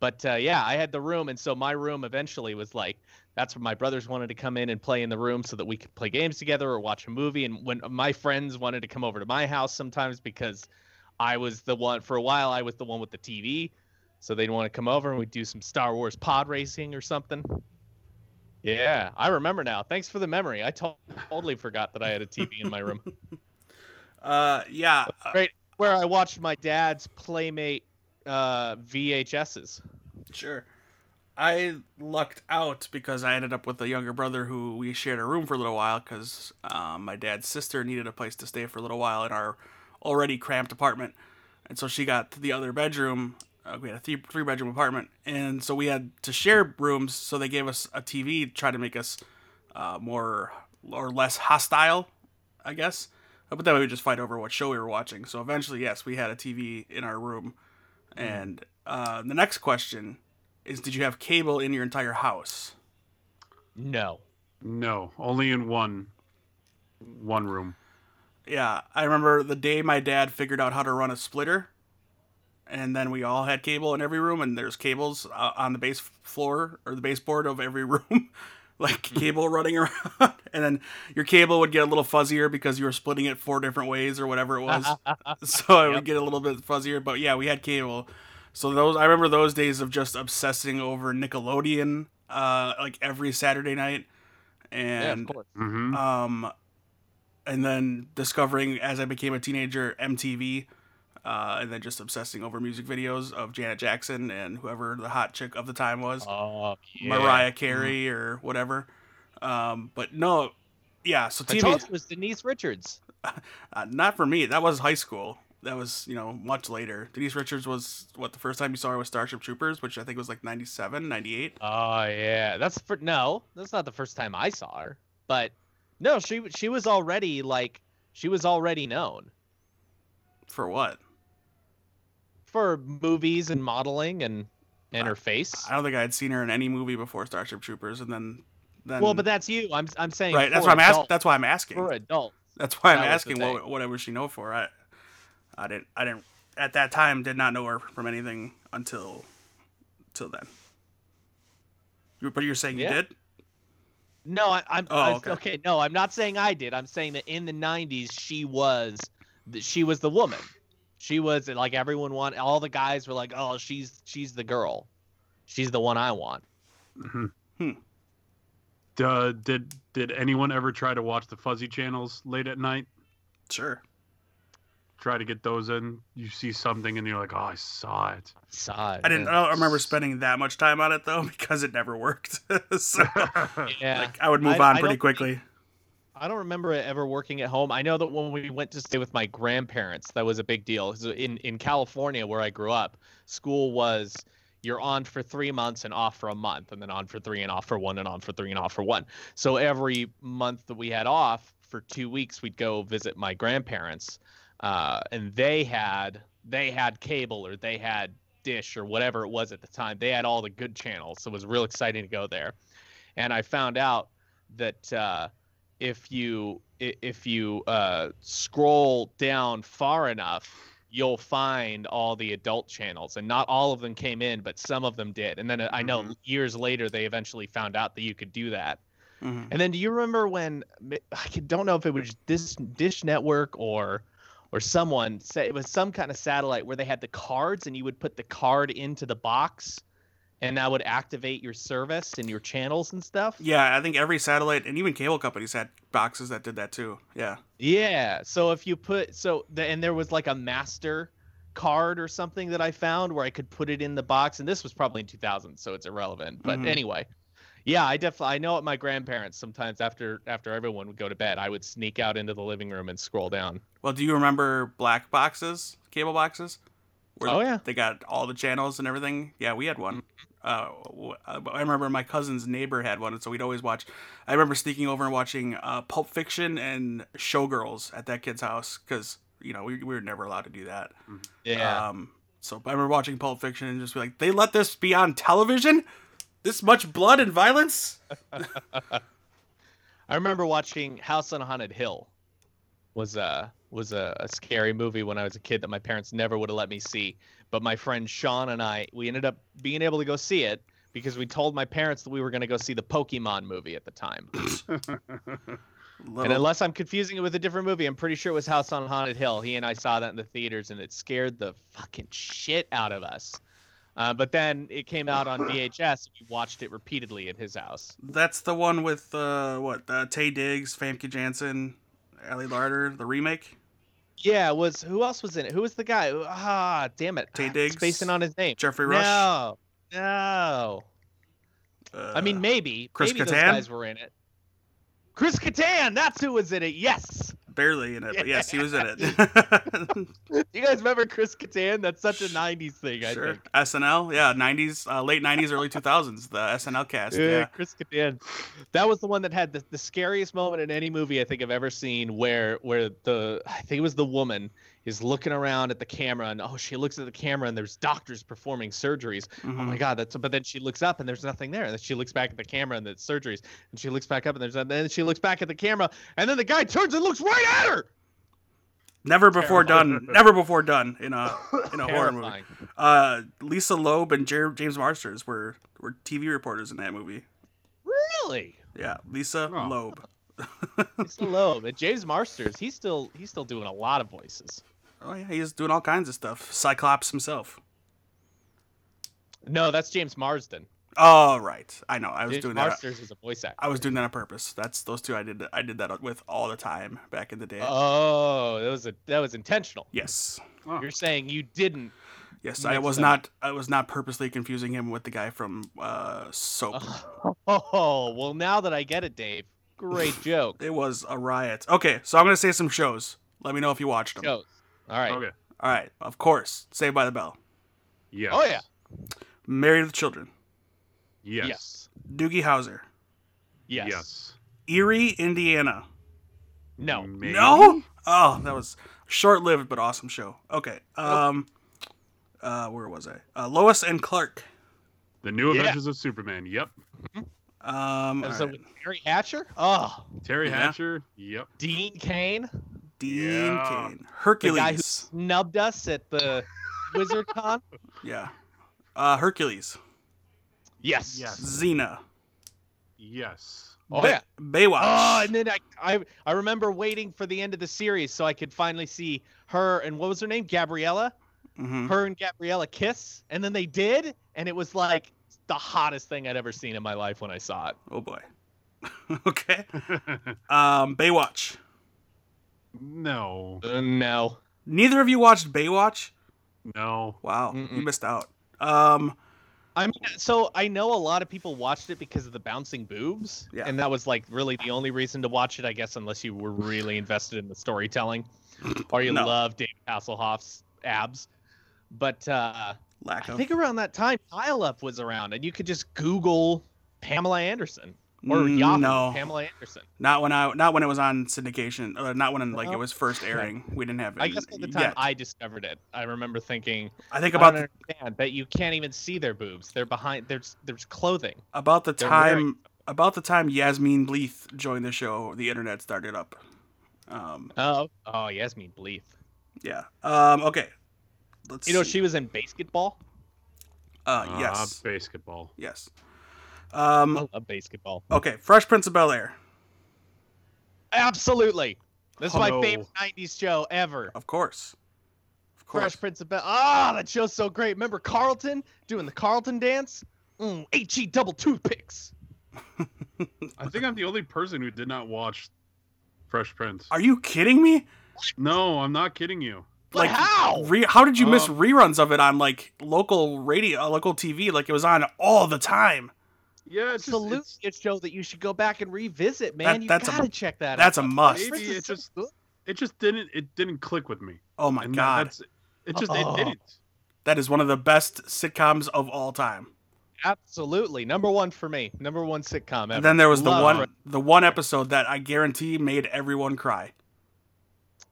[SPEAKER 2] but uh, yeah, I had the room, and so my room eventually was like that's where my brothers wanted to come in and play in the room so that we could play games together or watch a movie. And when my friends wanted to come over to my house sometimes because I was the one for a while, I was the one with the TV. So they'd want to come over and we'd do some Star Wars pod racing or something. Yeah, I remember now. Thanks for the memory. I to- totally forgot that I had a TV in my room.
[SPEAKER 1] Uh, yeah. uh,
[SPEAKER 2] Great. [laughs] Where I watched my dad's Playmate uh, VHSs.
[SPEAKER 1] Sure. I lucked out because I ended up with a younger brother who we shared a room for a little while because um, my dad's sister needed a place to stay for a little while in our already cramped apartment. And so she got the other bedroom. Uh, we had a three, three bedroom apartment. And so we had to share rooms. So they gave us a TV to try to make us uh, more or less hostile, I guess. Uh, But then we would just fight over what show we were watching. So eventually, yes, we had a TV in our room. And uh, the next question is did you have cable in your entire house?
[SPEAKER 2] No.
[SPEAKER 3] No, only in one one room.
[SPEAKER 1] Yeah, I remember the day my dad figured out how to run a splitter, and then we all had cable in every room, and there's cables uh, on the base floor or the baseboard of every [laughs] room,
[SPEAKER 2] [laughs]
[SPEAKER 1] like cable running around, [laughs] and then your cable would get a little fuzzier because you were splitting it four different ways or whatever it
[SPEAKER 2] [laughs]
[SPEAKER 1] was, so it would
[SPEAKER 2] Yep.
[SPEAKER 1] get a little bit fuzzier. But yeah, we had cable, so those I remember those days of just obsessing over Nickelodeon, uh, like every Saturday night,
[SPEAKER 2] yeah, of
[SPEAKER 1] and
[SPEAKER 2] course.
[SPEAKER 3] Mm-hmm.
[SPEAKER 1] um, and then discovering as I became a teenager MTV, uh, and then just obsessing over music videos of Janet Jackson and whoever the hot chick of the time was,
[SPEAKER 2] Oh, yeah.
[SPEAKER 1] Mariah Carey or whatever. Um, but no, yeah. So
[SPEAKER 2] I
[SPEAKER 1] TV,
[SPEAKER 2] told you it was Denise Richards.
[SPEAKER 1] uh, not for me. That was high school. That was you know much later. Denise Richards was what the first time you saw her was Starship Troopers, which I think was like 97, 98.
[SPEAKER 2] Oh yeah, that's for no. That's not the first time I saw her, but no, she she was already like she was already known
[SPEAKER 1] For what?
[SPEAKER 2] for movies and modeling and and her face.
[SPEAKER 1] I don't think I had seen her in any movie before Starship Troopers, and then then
[SPEAKER 2] Well, but that's you. I'm I'm saying
[SPEAKER 1] right. That's
[SPEAKER 2] for
[SPEAKER 1] why I'm asking.
[SPEAKER 2] adult-
[SPEAKER 1] That's why I'm asking.
[SPEAKER 2] for adult.
[SPEAKER 1] That's why I'm
[SPEAKER 2] That was the
[SPEAKER 1] asking what what was she known for. I I didn't I didn't at that time did not know her from anything until till then. You- But you're saying
[SPEAKER 2] Yeah.
[SPEAKER 1] you did?
[SPEAKER 2] No, I, I'm
[SPEAKER 1] Oh,
[SPEAKER 2] I-
[SPEAKER 1] okay.
[SPEAKER 2] okay. No, I'm not saying I did. I'm saying that in the '90s she was th- she was the woman. She was like everyone want. All the guys were like, oh, she's she's the girl. She's the one I want.
[SPEAKER 3] Mm-hmm.
[SPEAKER 2] Hmm.
[SPEAKER 3] Duh, did did anyone ever try to watch the fuzzy channels late at night?
[SPEAKER 1] Sure.
[SPEAKER 3] Try to get those in. You see something and you're like, oh, I saw
[SPEAKER 2] [laughs]
[SPEAKER 3] it.
[SPEAKER 2] Saw it.
[SPEAKER 1] I didn't
[SPEAKER 2] yeah.
[SPEAKER 1] I don't remember spending that much time on it though [laughs] because it never worked. [laughs] so
[SPEAKER 2] [laughs] Yeah.
[SPEAKER 1] like I would move
[SPEAKER 2] I-
[SPEAKER 1] on
[SPEAKER 2] I
[SPEAKER 1] pretty
[SPEAKER 2] don't
[SPEAKER 1] quickly.
[SPEAKER 2] I don't remember it ever working at home. I know that when we went to stay with my grandparents, that was a big deal. 'Cause In in California, where I grew up, school was you're on for three months and off for a month, and then on for three and off for one, and on for three and off for one. So every month that we had off for two weeks, we'd go visit my grandparents, uh, and they had they had cable or they had dish or whatever it was at the time. They had all the good channels, so it was real exciting to go there. And I found out that. Uh, if you i- if you uh, scroll down far enough, you'll find all the adult channels, and not all of them came in, but some of them did. And then uh, I know
[SPEAKER 3] Mhm.
[SPEAKER 2] years later they eventually found out that you could do that.
[SPEAKER 1] Mhm.
[SPEAKER 2] And then do you remember when I can- don't know if it was this Dish Network or or someone said it was some kind of satellite where they had the cards and you would put the card into the box, and that would activate your service and your channels and stuff.
[SPEAKER 1] Yeah, I think every satellite and even cable companies had boxes that did that too. Yeah.
[SPEAKER 2] Yeah. So if you put so the, and there was like a master card or something that I found where I could put it in the box. And this was probably in 2000, so it's irrelevant. But
[SPEAKER 1] Mhm.
[SPEAKER 2] anyway, yeah, I definitely I know at my grandparents sometimes after after everyone would go to bed, I would sneak out into the living room and scroll down.
[SPEAKER 1] Well, do you remember black boxes, cable boxes? Where
[SPEAKER 2] Oh, yeah. Mm-hmm.
[SPEAKER 1] They got all the channels and everything. Yeah, we had one. Uh, w- I remember my cousin's neighbor had one, and so we'd always watch. I remember sneaking over and watching uh, Pulp Fiction and Showgirls at that kid's house because you know we, we were never allowed to do that.
[SPEAKER 2] Yeah.
[SPEAKER 1] Um, so I remember watching Pulp Fiction and just be like, they let this be on television. This much blood and violence.
[SPEAKER 2] I remember watching House on a Haunted Hill was a was a, a scary movie when I was a kid that my parents never would have let me see. But my friend Sean and I we ended up being able to go see it because we told my parents that we were going to go see the Pokemon movie at the time. And
[SPEAKER 1] Little,
[SPEAKER 2] unless I'm confusing it with a different movie, I'm pretty sure it was House on Haunted Hill. He and I saw that in the theaters, and it scared the fucking shit out of us. Uh, but then it came out on VHS. And we watched it repeatedly at his house.
[SPEAKER 1] that's the one with uh, what uh, Tay Diggs, Famke Janssen, Ali Larder, the remake.
[SPEAKER 2] Yeah, it was who else was in it? Who was the guy? Ah, damn it!
[SPEAKER 1] Tay
[SPEAKER 2] I'm
[SPEAKER 1] Diggs?
[SPEAKER 2] Spacing on his name.
[SPEAKER 1] Jeffrey Rush.
[SPEAKER 2] No, no.
[SPEAKER 1] Uh,
[SPEAKER 2] I mean, maybe.
[SPEAKER 1] Chris
[SPEAKER 2] maybe those
[SPEAKER 1] Kattan?
[SPEAKER 2] guys were in it. Chris Kattan. That's who was in it. Yes.
[SPEAKER 1] barely in it, but yes, he was in it.
[SPEAKER 2] [laughs] Do you guys remember Chris Kattan? That's such a
[SPEAKER 1] Sh-
[SPEAKER 2] '90s thing.
[SPEAKER 1] [laughs]
[SPEAKER 2] I
[SPEAKER 1] sure.
[SPEAKER 2] think.
[SPEAKER 1] SNL, yeah, '90s, uh, late '90s, early 2000s, the SNL cast.
[SPEAKER 2] Yeah,
[SPEAKER 1] Yeah.
[SPEAKER 2] Chris Kattan. That was the one that had the, the scariest moment in any movie I think I've ever seen, where where the I think it was the woman is looking around at the camera and oh she looks at the camera and there's doctors performing surgeries. Oh my
[SPEAKER 1] Mhm.
[SPEAKER 2] god, that's but then she looks up and there's nothing there. And then she looks back at the camera and it's surgeries. And she looks back up and there's nothing. And then she looks back at the camera and then the guy turns and looks right at her.
[SPEAKER 1] Never before
[SPEAKER 3] Terrible.
[SPEAKER 1] done. Never before done in a in a horror movie.
[SPEAKER 2] Horrifying.
[SPEAKER 1] Uh, Lisa Loeb and Jer- James Marsters were were TV reporters in that movie.
[SPEAKER 2] Really?
[SPEAKER 1] Yeah, Lisa
[SPEAKER 3] Oh.
[SPEAKER 1] Loeb.
[SPEAKER 2] It's [laughs] Loeb and James Marsters. He's still he's still doing a lot of voices.
[SPEAKER 1] Oh yeah, he's doing all kinds of stuff. Cyclops himself.
[SPEAKER 2] No, that's James Marsden.
[SPEAKER 1] Oh right, I know. I was
[SPEAKER 2] James
[SPEAKER 1] doing that. uh,
[SPEAKER 2] Marsters is a voice actor.
[SPEAKER 1] I was doing that on purpose. That's those two I did. I did that with all the time back in the day.
[SPEAKER 2] Oh, that was a that was intentional.
[SPEAKER 1] yes.
[SPEAKER 3] Oh.
[SPEAKER 2] You're saying you didn't.
[SPEAKER 1] Yes, I
[SPEAKER 2] Next
[SPEAKER 1] was
[SPEAKER 2] up.
[SPEAKER 1] not. I was not purposely confusing him with the guy from uh, Soap.
[SPEAKER 2] [laughs] Oh, well now that I get it, Dave.
[SPEAKER 1] [laughs]
[SPEAKER 2] Great joke.
[SPEAKER 1] It was a riot. Okay, so I'm gonna say some shows. Let me know if you watched them.
[SPEAKER 2] Jokes. All right.
[SPEAKER 3] Okay.
[SPEAKER 1] All right, of course. Saved by the Bell.
[SPEAKER 3] Yes.
[SPEAKER 2] Oh yeah.
[SPEAKER 1] Married with Children.
[SPEAKER 3] Yes.
[SPEAKER 1] Doogie Howser.
[SPEAKER 2] Yes.
[SPEAKER 3] Yes.
[SPEAKER 1] Erie, Indiana. Mm.
[SPEAKER 2] No.
[SPEAKER 3] Maybe.
[SPEAKER 1] No. Oh, that was short-lived but awesome show. Okay. Um, uh, where was I? Uh, Lois and Clark.
[SPEAKER 3] The New
[SPEAKER 2] Yeah.
[SPEAKER 3] Adventures of Superman. Yep.
[SPEAKER 1] Um, all
[SPEAKER 2] Episode
[SPEAKER 1] right.
[SPEAKER 2] with Terry Hatcher. Oh,
[SPEAKER 3] Terry
[SPEAKER 1] Yeah.
[SPEAKER 3] Hatcher. Yep.
[SPEAKER 2] Dean Kane
[SPEAKER 1] Dean
[SPEAKER 3] Yeah.
[SPEAKER 1] Cain.
[SPEAKER 2] The guy who-
[SPEAKER 1] Hercules.
[SPEAKER 2] snubbed us at the
[SPEAKER 1] [laughs]
[SPEAKER 2] WizardCon.
[SPEAKER 1] Yeah. Uh, Hercules.
[SPEAKER 2] Yes.
[SPEAKER 3] Yes.
[SPEAKER 1] Xena.
[SPEAKER 3] Yes. [laughs]
[SPEAKER 2] Oh
[SPEAKER 1] Ba-
[SPEAKER 2] yeah.
[SPEAKER 1] Baywatch.
[SPEAKER 2] Oh, and then I, I I remember waiting for the end of the series so I could finally see her and what was her name? Gabriella.
[SPEAKER 1] Mhm.
[SPEAKER 2] Her and Gabriella kiss, and then they did, and it was like the hottest thing I'd ever seen in my life when I saw it.
[SPEAKER 1] Oh boy. [laughs] okay. Um, Baywatch.
[SPEAKER 3] no.
[SPEAKER 2] Uh, no.
[SPEAKER 1] Neither of you watched Baywatch.
[SPEAKER 3] No.
[SPEAKER 1] Wow, you
[SPEAKER 2] Mm-mm.
[SPEAKER 1] missed out. Um,
[SPEAKER 2] I mean, so I know a lot of people watched it because of the bouncing boobs,
[SPEAKER 1] Yeah.
[SPEAKER 2] and that was like really the only reason to watch it, I guess, unless you were really invested in the
[SPEAKER 1] [laughs]
[SPEAKER 2] storytelling, or you
[SPEAKER 1] No.
[SPEAKER 2] love David Hasselhoff's abs. But uh,
[SPEAKER 1] lack
[SPEAKER 2] I
[SPEAKER 1] of.
[SPEAKER 2] think around that time, Pile Up was around, and you could just Google Pamela Anderson or Yahoo
[SPEAKER 1] Mm, No,
[SPEAKER 2] Pamela Anderson.
[SPEAKER 1] not when I not when it was on syndication. Uh, not when like it
[SPEAKER 2] No?
[SPEAKER 1] was first airing. We didn't have it.
[SPEAKER 2] I guess at the time
[SPEAKER 1] yet.
[SPEAKER 2] I discovered it, I remember thinking
[SPEAKER 1] I think
[SPEAKER 2] about
[SPEAKER 1] about
[SPEAKER 2] I don't understand that you can't even see their boobs; they're behind. There's there's clothing.
[SPEAKER 1] about the
[SPEAKER 2] They're
[SPEAKER 1] time
[SPEAKER 2] wearing-
[SPEAKER 1] about the time Yasmin Bleeth joined the show. The internet started up. Um,
[SPEAKER 2] Oh, oh, Yasmin Bleeth.
[SPEAKER 1] yeah. Um, okay. Let's.
[SPEAKER 2] You know,
[SPEAKER 1] see.
[SPEAKER 2] she was in basketball.
[SPEAKER 1] Uh,
[SPEAKER 3] Ah,
[SPEAKER 1] yes. [laughs]
[SPEAKER 3] basketball.
[SPEAKER 1] Yes. Um,
[SPEAKER 2] I love basketball.
[SPEAKER 1] okay. Fresh Prince of Bel Air.
[SPEAKER 2] Absolutely. This is my
[SPEAKER 3] Hello.
[SPEAKER 2] favorite 90s show ever.
[SPEAKER 1] Of course. Of course.
[SPEAKER 2] Fresh Prince of Bel Ah, that show's so great. Remember Carlton doing the Carlton dance? Mm, HE double toothpicks.
[SPEAKER 3] I think I'm the only person who did not watch Fresh Prince.
[SPEAKER 1] Are you kidding me?
[SPEAKER 3] No, I'm not kidding you.
[SPEAKER 2] But how?
[SPEAKER 1] Re- how did you miss
[SPEAKER 2] Um,
[SPEAKER 3] Oh.
[SPEAKER 1] reruns of it on like local radio, uh, local TV? Like it was on all the time.
[SPEAKER 3] Yeah, it's just,
[SPEAKER 2] Absolutely,
[SPEAKER 3] it's,
[SPEAKER 2] a show that you should go back and revisit, man.
[SPEAKER 1] That-
[SPEAKER 2] you
[SPEAKER 1] that's a-
[SPEAKER 2] gotta check that.
[SPEAKER 1] That's a
[SPEAKER 2] out.
[SPEAKER 1] must.
[SPEAKER 2] Prince
[SPEAKER 3] Maybe
[SPEAKER 2] is
[SPEAKER 3] it
[SPEAKER 2] so
[SPEAKER 3] just-
[SPEAKER 2] good.
[SPEAKER 3] it just didn't it didn't click with me.
[SPEAKER 1] Oh my
[SPEAKER 3] And that-
[SPEAKER 1] god,
[SPEAKER 3] that's it. Just
[SPEAKER 2] Oh.
[SPEAKER 3] it didn't.
[SPEAKER 1] that is one of the best sitcoms of all time.
[SPEAKER 2] absolutely number one for me. Number one sitcom ever.
[SPEAKER 1] And then there was the
[SPEAKER 2] Love
[SPEAKER 1] one,
[SPEAKER 2] Prince.
[SPEAKER 1] the one episode that I guarantee made everyone cry.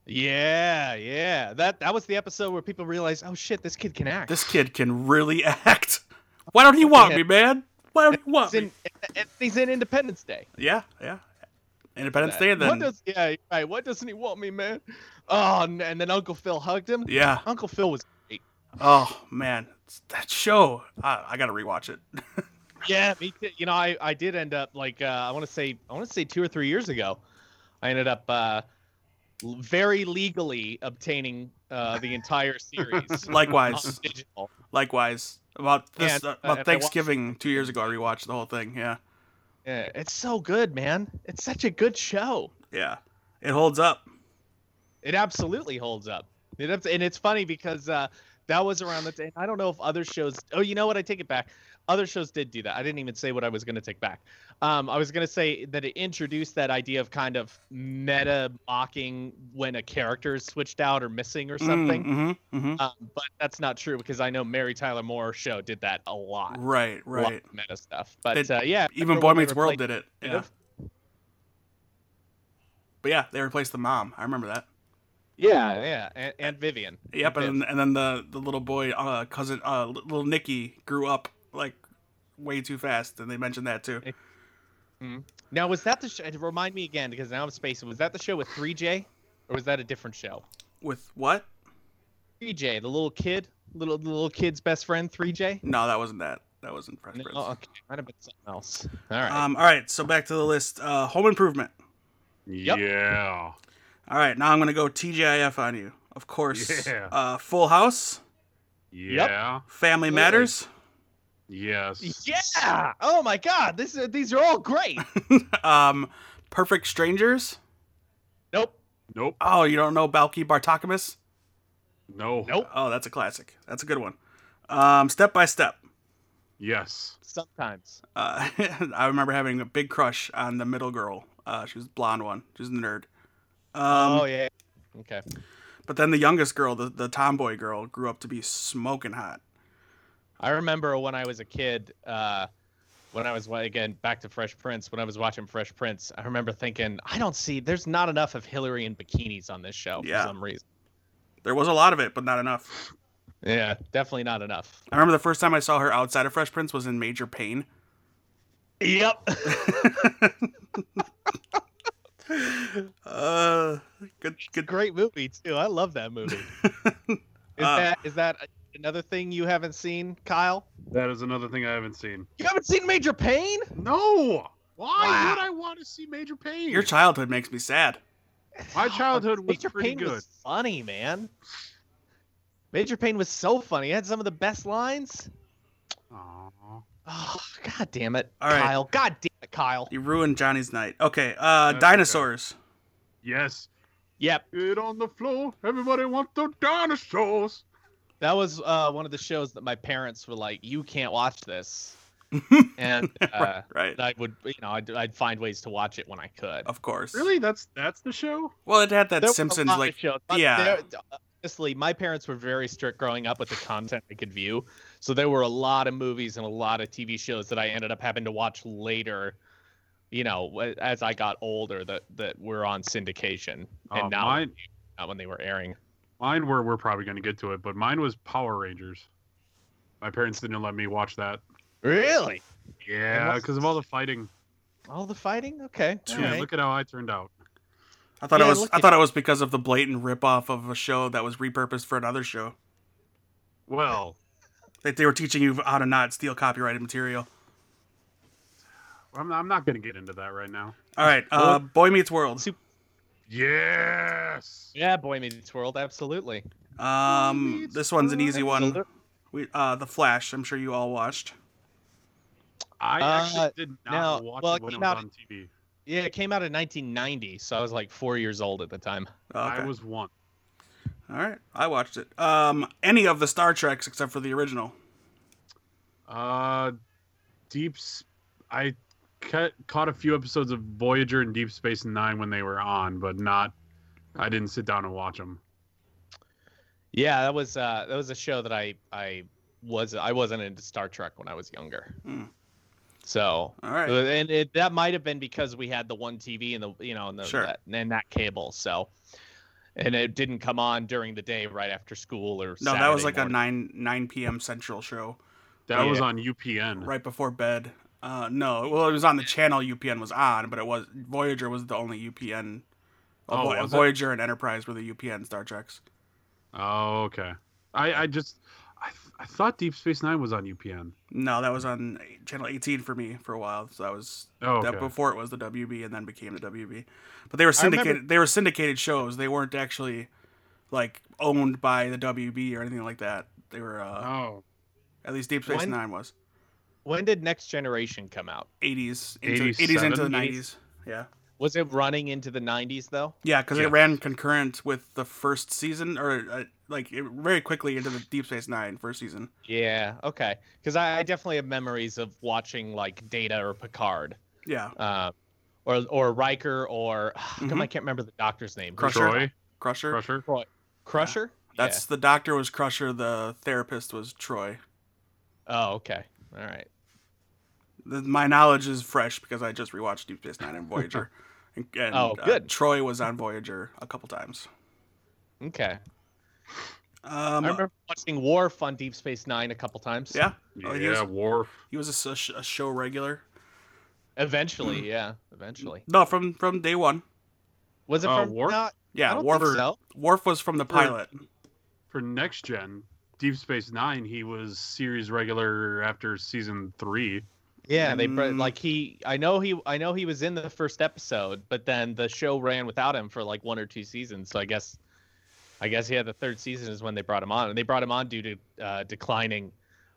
[SPEAKER 2] Yeah, yeah. That that was the episode where people realized, oh shit, this kid can act.
[SPEAKER 1] This kid can really [laughs] act. Why don't he want
[SPEAKER 2] Yeah.
[SPEAKER 1] me, man? Why don't he want
[SPEAKER 2] He's in,
[SPEAKER 1] me?
[SPEAKER 2] and he's in Independence Day.
[SPEAKER 1] Yeah, yeah. Independence
[SPEAKER 2] That-
[SPEAKER 1] Day. Then
[SPEAKER 2] What does, yeah, you're right. What doesn't he want me, man? Oh, and, and then Uncle Phil hugged him.
[SPEAKER 1] yeah.
[SPEAKER 2] Uncle Phil was great.
[SPEAKER 1] Oh man, that show. I, I gotta
[SPEAKER 2] [laughs]
[SPEAKER 1] rewatch it.
[SPEAKER 2] Yeah, me too. You know, I, I did end up like uh, I want to say I want to say two or three years ago, I ended up uh, l- very legally obtaining uh, the entire series.
[SPEAKER 1] [laughs]
[SPEAKER 2] on
[SPEAKER 1] Likewise,
[SPEAKER 2] digital.
[SPEAKER 1] likewise. About this,
[SPEAKER 2] Yeah,
[SPEAKER 1] uh,
[SPEAKER 2] and I
[SPEAKER 1] about
[SPEAKER 2] watched-
[SPEAKER 1] Thanksgiving two years ago, I rewatched the whole thing. Yeah,
[SPEAKER 2] Yeah, it's so good, man. It's such a good show.
[SPEAKER 1] yeah. It holds up.
[SPEAKER 2] It absolutely holds up. It abs- and it's funny because uh, that was around the time. I don't know if other shows. Oh, you know what? I take it back. Other shows did do that. I didn't even say what I was going to take back. Um, I was going to say that it introduced that idea of kind of meta mocking when a character is switched out or missing or something.
[SPEAKER 1] Mm-hmm, mm-hmm.
[SPEAKER 2] Um, but that's not true because I know Mary Tyler Moore show did that a lot.
[SPEAKER 1] Right,
[SPEAKER 2] a lot
[SPEAKER 1] right.
[SPEAKER 2] of meta stuff. But
[SPEAKER 1] It-
[SPEAKER 2] uh, yeah.
[SPEAKER 1] Even
[SPEAKER 2] remember
[SPEAKER 1] Boy
[SPEAKER 2] when they
[SPEAKER 1] Meets World
[SPEAKER 2] replaced-
[SPEAKER 1] did it.
[SPEAKER 2] kind
[SPEAKER 1] Yeah.
[SPEAKER 2] of.
[SPEAKER 1] But yeah, they replaced the mom. I remember that.
[SPEAKER 2] Yeah, yeah, and, and Vivian.
[SPEAKER 1] Yep,
[SPEAKER 2] Viv.
[SPEAKER 1] and then, and then the the little boy uh, cousin uh, li- little Nicky grew up like way too fast, and they mentioned that too.
[SPEAKER 2] Now was that the show? Remind me again because now I'm spacing. Was that the show with 3J, or was that a different show?
[SPEAKER 1] With what?
[SPEAKER 2] 3J, the little kid, little the little kid's best friend, 3J.
[SPEAKER 1] No, that wasn't that. That wasn't Fresh
[SPEAKER 2] No,
[SPEAKER 1] Prince.
[SPEAKER 2] okay, might have been something else. All right.
[SPEAKER 1] Um, all right, so back to the list. Uh, Home Improvement.
[SPEAKER 2] Yep.
[SPEAKER 3] Yeah.
[SPEAKER 1] All right, now I'm gonna go TGIF on you. Of course.
[SPEAKER 3] Yeah.
[SPEAKER 1] Uh, Full House,
[SPEAKER 3] Yeah.
[SPEAKER 1] Family
[SPEAKER 2] Absolutely.
[SPEAKER 1] Matters,
[SPEAKER 3] Yes.
[SPEAKER 2] yeah. Oh my God. This is, these are all great.
[SPEAKER 1] [laughs] um, Perfect Strangers.
[SPEAKER 2] nope.
[SPEAKER 3] Nope.
[SPEAKER 1] Oh, you don't know Balky Bartokamus?
[SPEAKER 3] No.
[SPEAKER 2] Nope.
[SPEAKER 1] Oh, that's a classic. That's a good one. Um, Step by Step.
[SPEAKER 3] Yes.
[SPEAKER 2] Sometimes.
[SPEAKER 1] Uh, [laughs] I remember having a big crush on the middle girl. Uh, she was the blonde one. She was a nerd. Um,
[SPEAKER 2] oh yeah. Okay.
[SPEAKER 1] But then the youngest girl, the, the tomboy girl, grew up to be smoking hot.
[SPEAKER 2] I remember when I was a kid, uh, when I was wa- again back to Fresh Prince, when I was watching Fresh Prince, I remember thinking, I don't see there's not enough of Hillary in bikinis on this show
[SPEAKER 1] Yeah.
[SPEAKER 2] for some reason.
[SPEAKER 1] There was a lot of it, but not enough.
[SPEAKER 2] Yeah, definitely not enough.
[SPEAKER 1] I remember the first time I saw her outside of Fresh Prince was in Major Pain.
[SPEAKER 2] [laughs] Yep.
[SPEAKER 1] Uh, good, good.
[SPEAKER 2] Great movie too. I love that [laughs] movie. Is
[SPEAKER 1] Uh,
[SPEAKER 2] that is that another thing you haven't seen, Kyle?
[SPEAKER 3] That is another thing I haven't seen.
[SPEAKER 2] You haven't seen Major Pain?
[SPEAKER 3] No. Why
[SPEAKER 2] Wow.
[SPEAKER 3] would I want to see Major Pain?
[SPEAKER 1] Your childhood makes me sad.
[SPEAKER 3] My childhood was
[SPEAKER 2] Oh, Major
[SPEAKER 3] pretty
[SPEAKER 2] Pain
[SPEAKER 3] good.
[SPEAKER 2] was funny, man. Major Pain was so funny. It had some of the best lines.
[SPEAKER 3] Aw.
[SPEAKER 2] Oh, god damn it,
[SPEAKER 1] All right.
[SPEAKER 2] Kyle. God damn it, Kyle.
[SPEAKER 1] You ruined Johnny's night. Okay, uh,
[SPEAKER 3] That's okay.
[SPEAKER 1] dinosaurs.
[SPEAKER 3] Yes.
[SPEAKER 2] Yep.
[SPEAKER 3] Get on the floor. Everybody want the dinosaurs.
[SPEAKER 2] That was uh, one of the shows that my parents were like, "You can't watch
[SPEAKER 3] [laughs]
[SPEAKER 2] this," [laughs] and uh,
[SPEAKER 1] Right.
[SPEAKER 2] I would, you know, I'd, I'd find ways to watch it when I could.
[SPEAKER 1] Of course.
[SPEAKER 3] Really? That's that's the show?
[SPEAKER 1] Well, it had that
[SPEAKER 2] There were a
[SPEAKER 1] Simpsons
[SPEAKER 2] lot of
[SPEAKER 1] like.
[SPEAKER 2] shows. But
[SPEAKER 1] yeah.
[SPEAKER 2] there- honestly, my parents were very strict growing up with the content I could view, so there were a lot of movies and a lot of TV shows that I ended up having to watch later. You know, wh- as I got older, that that were on syndication and
[SPEAKER 3] Uh,
[SPEAKER 2] not,
[SPEAKER 3] mine,
[SPEAKER 2] not when they were airing.
[SPEAKER 3] mine were we're probably gonna get to it, but mine was Power Rangers. My parents didn't let me watch that.
[SPEAKER 2] Really?
[SPEAKER 3] Yeah, because of all the fighting.
[SPEAKER 2] All the fighting? Okay.
[SPEAKER 1] Two.
[SPEAKER 2] all
[SPEAKER 3] Yeah,
[SPEAKER 2] right.
[SPEAKER 3] look at how I turned out.
[SPEAKER 1] I thought
[SPEAKER 2] Yeah,
[SPEAKER 1] it was.
[SPEAKER 2] look
[SPEAKER 1] I
[SPEAKER 2] at-
[SPEAKER 1] thought it was because of the blatant ripoff of a show that was repurposed for another show.
[SPEAKER 3] Well,
[SPEAKER 1] That they were teaching you how to not steal copyrighted material.
[SPEAKER 3] I'm, I'm not gonna get into that right now.
[SPEAKER 1] All right, uh, Boy Meets World.
[SPEAKER 2] Super-
[SPEAKER 3] Yes.
[SPEAKER 2] Yeah, Boy Meets World, absolutely.
[SPEAKER 1] Um,
[SPEAKER 3] Meets
[SPEAKER 1] this one's an easy one.
[SPEAKER 2] Absolute-
[SPEAKER 1] We, uh, the Flash. I'm sure you all watched.
[SPEAKER 3] I actually
[SPEAKER 2] Uh,
[SPEAKER 3] did
[SPEAKER 2] now-
[SPEAKER 3] not watch
[SPEAKER 2] well,
[SPEAKER 3] it when
[SPEAKER 2] it came
[SPEAKER 3] it was
[SPEAKER 2] out-
[SPEAKER 3] on TV.
[SPEAKER 2] Yeah, it came out in 1990, so I was like four years old at the time.
[SPEAKER 1] Okay.
[SPEAKER 3] I was one.
[SPEAKER 1] All right, I watched it. Um, any of the Star Treks except for the original.
[SPEAKER 3] Uh, Deep. S- I ca- caught a few episodes of Voyager and Deep Space Nine when they were on, but not. I didn't sit down and watch them.
[SPEAKER 2] Yeah, that was uh, that was a show that I I was I wasn't into Star Trek when I was younger.
[SPEAKER 1] Hmm.
[SPEAKER 2] So
[SPEAKER 1] All right,
[SPEAKER 2] and it, that might have been because we had the one TV and the you know and the
[SPEAKER 1] Sure.
[SPEAKER 2] that, and that cable. So and it didn't come on during the day right after school or
[SPEAKER 1] no, that was
[SPEAKER 2] Saturday
[SPEAKER 1] like
[SPEAKER 2] morning.
[SPEAKER 1] a nine nine p.m. Central show
[SPEAKER 3] That was
[SPEAKER 2] Yeah.
[SPEAKER 3] on UPN.
[SPEAKER 1] right before bed. Uh, no, well, it was on the channel UPN was on, but it was Voyager was the only UPN.
[SPEAKER 3] Oh,
[SPEAKER 1] Voy-
[SPEAKER 3] was it?
[SPEAKER 1] Voyager and Enterprise were the UPN Star Treks.
[SPEAKER 3] Oh, okay. I I just I, I thought Deep Space Nine was on UPN.
[SPEAKER 1] No, that was on channel 18 for me for a while. So that was
[SPEAKER 3] Oh, okay.
[SPEAKER 1] that before it was the WB and then became the WB. But they were
[SPEAKER 2] I remember-
[SPEAKER 1] syndicated. They were syndicated shows. They weren't actually like owned by the WB or anything like that. They were uh,
[SPEAKER 3] oh,
[SPEAKER 1] at least Deep Space
[SPEAKER 2] When-
[SPEAKER 1] Nine was
[SPEAKER 2] When did Next Generation come out?
[SPEAKER 1] 80s, into, 80s into the
[SPEAKER 3] 87?
[SPEAKER 1] 90s. Yeah,
[SPEAKER 2] Was it running into the 90s though?
[SPEAKER 1] yeah, because
[SPEAKER 3] Yeah.
[SPEAKER 1] it ran concurrent with the first season, or uh, like it, very quickly into the Deep Space Nine first season.
[SPEAKER 2] Yeah, okay. Because I, I definitely have memories of watching like Data or Picard,
[SPEAKER 1] Yeah,
[SPEAKER 2] uh, or or Riker, or [sighs] how come I can't remember the Doctor's name.
[SPEAKER 1] Mm-hmm. Crusher.
[SPEAKER 3] Troy
[SPEAKER 1] Crusher.
[SPEAKER 3] Crusher.
[SPEAKER 2] Crusher.
[SPEAKER 1] That's the doctor was Crusher. The therapist was Troy.
[SPEAKER 2] Yeah. Oh, okay. All right.
[SPEAKER 1] The, my knowledge is fresh because I just rewatched Deep Space
[SPEAKER 2] [laughs]
[SPEAKER 1] Nine and Voyager. And, and,
[SPEAKER 2] Oh,
[SPEAKER 1] uh,
[SPEAKER 2] good.
[SPEAKER 1] Troy was on Voyager a couple times.
[SPEAKER 2] Okay.
[SPEAKER 1] Um,
[SPEAKER 2] I remember watching Worf on Deep Space Nine a couple times.
[SPEAKER 1] Yeah,
[SPEAKER 3] Yeah,
[SPEAKER 1] Oh, he was-
[SPEAKER 3] Worf.
[SPEAKER 1] he was a s- a, sh- a show regular.
[SPEAKER 2] Eventually, yeah. Eventually.
[SPEAKER 1] No, from from day one.
[SPEAKER 2] Was it
[SPEAKER 3] Uh,
[SPEAKER 2] from
[SPEAKER 3] Worf?
[SPEAKER 2] not- I
[SPEAKER 1] Yeah,
[SPEAKER 2] don't
[SPEAKER 1] Worf.
[SPEAKER 2] think so.
[SPEAKER 1] Worf was from the pilot.
[SPEAKER 3] For next gen, Deep Space Nine, he was series regular after season three.
[SPEAKER 2] Yeah, they br-
[SPEAKER 1] Mm.
[SPEAKER 2] like he. I know he. I know he was in the first episode, but then the show ran without him for like one or two seasons. So I guess, I guess yeah, the third season is when they brought him on, and they brought him on due to uh, declining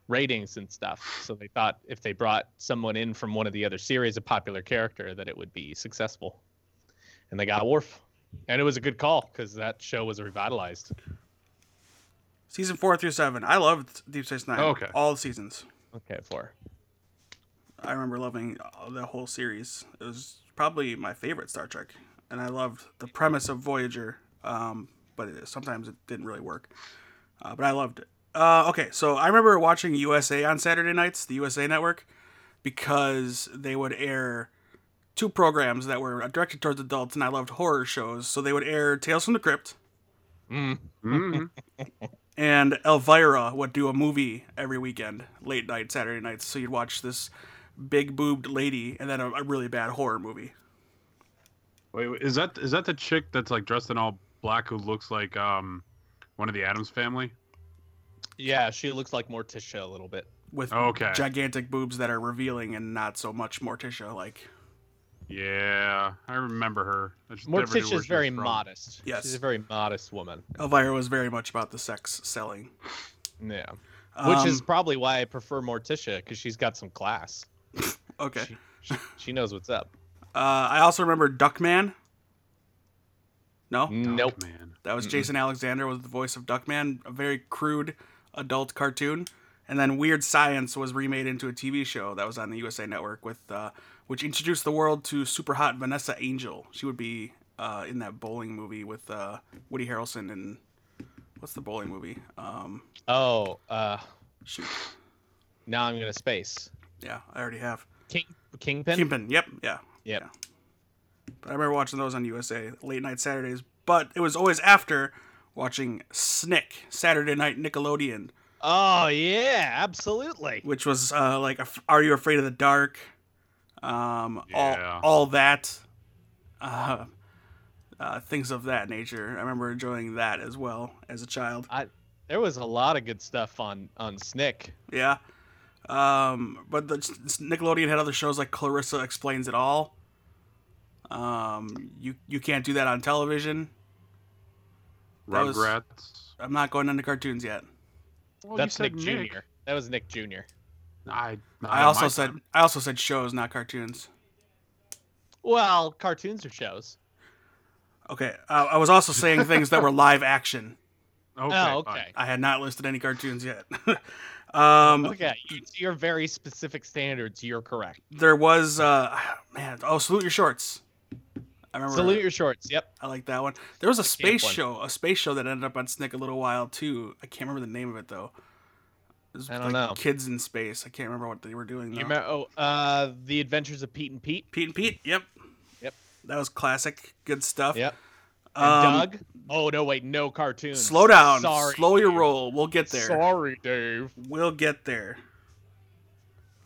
[SPEAKER 2] ratings and stuff. So they thought if they brought someone in from one of the other series, a popular character, that it would be successful, and they got Worf, and it was a good call because that show was revitalized.
[SPEAKER 1] Season four through seven. I loved Deep Space Nine.
[SPEAKER 3] Oh, okay.
[SPEAKER 1] All seasons.
[SPEAKER 2] Okay, four.
[SPEAKER 1] I remember loving all- the whole series. It was probably my favorite Star Trek, and I loved the premise of Voyager. Um, but it, sometimes it didn't really work. Uh, but I loved it. Uh, okay, so I remember watching USA on Saturday nights, the USA Network, because they would air two programs that were directed towards adults, and I loved horror shows. So they would air Tales from the Crypt
[SPEAKER 2] Mm.
[SPEAKER 1] [laughs]
[SPEAKER 3] Mhm.
[SPEAKER 1] and Elvira would do a movie every weekend, late night Saturday nights. So you'd watch this big boobed lady and then a, a really bad horror movie.
[SPEAKER 3] Wait, wait, is that is that the chick that's like dressed in all black who looks like um one of the Adams family?
[SPEAKER 2] Yeah, she looks like Morticia a little bit.
[SPEAKER 1] with
[SPEAKER 3] Okay.
[SPEAKER 1] gigantic boobs that are revealing and not so much Morticia like.
[SPEAKER 3] Yeah, I remember her. I just never knew where she
[SPEAKER 2] Morticia's
[SPEAKER 3] was
[SPEAKER 2] very
[SPEAKER 3] from.
[SPEAKER 2] modest.
[SPEAKER 1] Yes.
[SPEAKER 2] she's a very modest woman.
[SPEAKER 1] Elvira was very much about the sex selling,
[SPEAKER 2] Yeah.
[SPEAKER 1] um,
[SPEAKER 2] Which is probably why I prefer Morticia because she's got some class.
[SPEAKER 1] Um, okay.
[SPEAKER 2] She, she, she knows what's up.
[SPEAKER 1] Uh, I also remember Duckman. No,
[SPEAKER 2] Nope.
[SPEAKER 3] Oh, man.
[SPEAKER 1] that was
[SPEAKER 2] Mm-mm.
[SPEAKER 1] Jason Alexander was the voice of Duckman, a very crude adult cartoon. And then Weird Science was remade into a TV show that was on the USA Network with, uh, which introduced the world to super hot Vanessa Angel. She would be uh, in that bowling movie with uh, Woody Harrelson and what's the bowling movie? Um,
[SPEAKER 2] Oh, uh,
[SPEAKER 1] shoot.
[SPEAKER 2] now I'm gonna space.
[SPEAKER 1] Yeah, I already have.
[SPEAKER 2] King Kingpin.
[SPEAKER 1] Kingpin. Yep. Yeah.
[SPEAKER 2] Yep.
[SPEAKER 1] Yeah. But I remember watching those on USA late night Saturdays. But it was always after watching Snick Saturday Night Nickelodeon,
[SPEAKER 2] Oh yeah, absolutely.
[SPEAKER 1] which was uh, like a- Are You Afraid of the Dark? Um,
[SPEAKER 3] Yeah.
[SPEAKER 1] all all that, uh, uh, things of that nature. I remember enjoying that as well as a child.
[SPEAKER 2] There was a lot of good stuff on on Snick.
[SPEAKER 1] Yeah. Um, but the Nickelodeon had other shows like Clarissa Explains It All. Um, you you can't do that on television. That was-
[SPEAKER 3] Rugrats.
[SPEAKER 1] I'm not going into cartoons yet.
[SPEAKER 3] Well, Oh, you
[SPEAKER 2] That's
[SPEAKER 3] said
[SPEAKER 2] Nick Jr. That was Nick Jr.
[SPEAKER 3] I not
[SPEAKER 1] I
[SPEAKER 3] in
[SPEAKER 1] also
[SPEAKER 3] my
[SPEAKER 1] said
[SPEAKER 3] time.
[SPEAKER 1] I also said shows, not cartoons.
[SPEAKER 2] Well, cartoons or shows.
[SPEAKER 1] Okay, uh, I was also saying things that were [laughs] live action.
[SPEAKER 3] Okay.
[SPEAKER 2] oh,
[SPEAKER 3] fine.
[SPEAKER 2] okay.
[SPEAKER 1] I had not listed any cartoons yet. [laughs] um,
[SPEAKER 2] Okay, you, to your very specific standards, you're correct.
[SPEAKER 1] There was, uh, man, oh, Salute Your Shorts. I remember.
[SPEAKER 2] Salute your shorts. Yep.
[SPEAKER 1] I like that one. There was a space
[SPEAKER 2] one.
[SPEAKER 1] show, a space show that ended up on Snick a little while too. I can't remember the name of it though. It was
[SPEAKER 2] I don't know.
[SPEAKER 1] Kids in space. I can't remember what they were doing.
[SPEAKER 2] You
[SPEAKER 1] though.
[SPEAKER 2] remember? Oh, uh, the Adventures of Pete and Pete.
[SPEAKER 1] Pete and Pete. Yep.
[SPEAKER 2] Yep.
[SPEAKER 1] That was classic. Good stuff.
[SPEAKER 2] Yep. And
[SPEAKER 1] Um,
[SPEAKER 2] Doug. Oh no, wait, no cartoons.
[SPEAKER 1] Slow down.
[SPEAKER 2] Sorry,
[SPEAKER 1] Slow your
[SPEAKER 2] Dave.
[SPEAKER 1] roll. We'll get there.
[SPEAKER 2] Sorry, Dave.
[SPEAKER 1] We'll get there.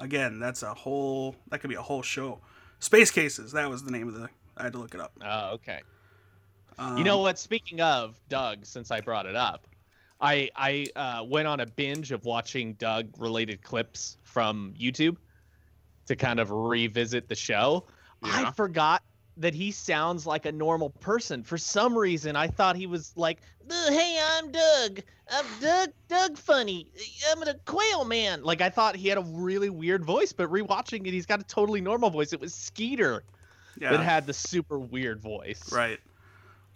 [SPEAKER 1] Again, that's a whole. That could be a whole show. Space Cases. That was the name of the. I had to look it up.
[SPEAKER 2] Oh, okay.
[SPEAKER 1] Um,
[SPEAKER 2] You know what? Speaking of Doug, since I brought it up, I I uh, went on a binge of watching Doug related clips from YouTube to kind of revisit the show. I
[SPEAKER 3] Yeah.
[SPEAKER 2] forgot that he sounds like a normal person. For some reason, I thought he was like, "Uh, "Hey, I'm Doug. I'm Doug. Doug funny. I'm a quail man." Like I thought he had a really weird voice, but rewatching it, he's got a totally normal voice. It was Skeeter that
[SPEAKER 1] Yeah.
[SPEAKER 2] had the super weird voice.
[SPEAKER 1] Right.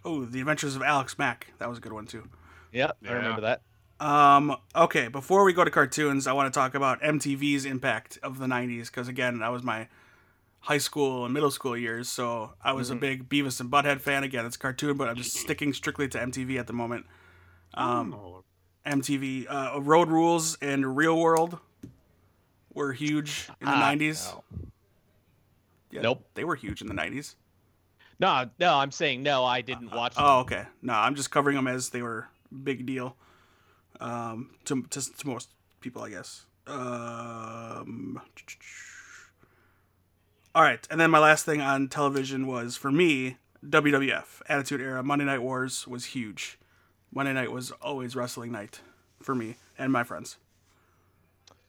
[SPEAKER 1] Oh, The Adventures of Alex Mack. That was a good one too.
[SPEAKER 2] Yep, I
[SPEAKER 3] Yeah.
[SPEAKER 2] remember that.
[SPEAKER 1] Um, okay, before we go to cartoons, I want to talk about MTV's impact of the 90s because, again, that was my high school and middle school years, so I was a
[SPEAKER 2] Mhm.
[SPEAKER 1] big Beavis and Butthead fan. Again, it's cartoon, but I'm just sticking strictly to MTV at the moment. Um,
[SPEAKER 3] Oh,
[SPEAKER 1] MTV, uh, Road Rules and Real World were huge in the
[SPEAKER 2] Ah,
[SPEAKER 1] 90s.
[SPEAKER 2] no.
[SPEAKER 1] Yeah,
[SPEAKER 2] Nope.
[SPEAKER 1] They were huge in the 90s.
[SPEAKER 2] No, no, I'm saying no. I didn't watch.
[SPEAKER 1] Oh, okay. No, I'm just covering them as they were big deal. Um, to to, to most people, I guess. Um, all right, and then my last thing on television was for me WWF Attitude Era Monday Night Wars was huge. Monday night was always wrestling night for me and my friends.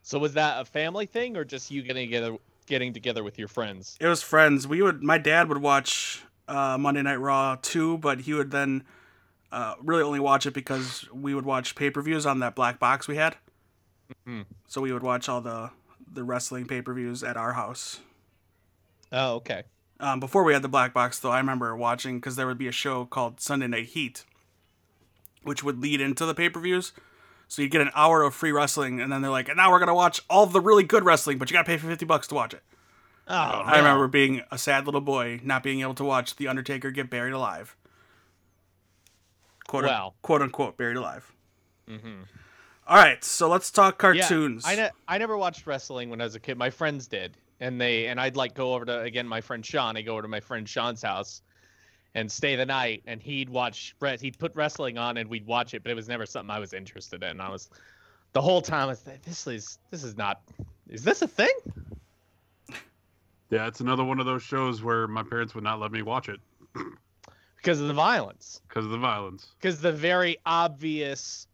[SPEAKER 2] So was that a family thing, or just you getting together, getting together with your friends?
[SPEAKER 1] It was friends. We would. My dad would watch uh, Monday Night Raw too, but he would then uh, really only watch it because we would watch pay per views on that black box we had.
[SPEAKER 2] Mhm.
[SPEAKER 1] So we would watch all the the wrestling pay per views at our house.
[SPEAKER 2] Oh, okay.
[SPEAKER 1] Um, before we had the black box, though, I remember watching because there would be a show called Sunday Night Heat, which would lead into the pay per views. So you'd get an hour of free wrestling, and then they're like, and now we're gonna watch all the really good wrestling, but you gotta pay fifty bucks to watch it.
[SPEAKER 2] Oh,
[SPEAKER 1] I remember being a sad little boy not being able to watch The Undertaker get buried alive. Quote,
[SPEAKER 2] Wow.
[SPEAKER 1] quote unquote buried alive.
[SPEAKER 2] hmm
[SPEAKER 1] All right, so let's talk cartoons.
[SPEAKER 2] I ne- I never watched wrestling when I was a kid. My friends did, and they and I'd like go over to again my friend Sean. I go over to my friend Sean's house, and stay the night, and he'd watch Brett. He'd put wrestling on, and we'd watch it, but it was never something I was interested in. I was the whole time I was like, this is this is not. Is this a thing?
[SPEAKER 3] yeah, it's another one of those shows where my parents would not let me watch it
[SPEAKER 2] Because of the violence.
[SPEAKER 3] because of the violence.
[SPEAKER 2] because the very obvious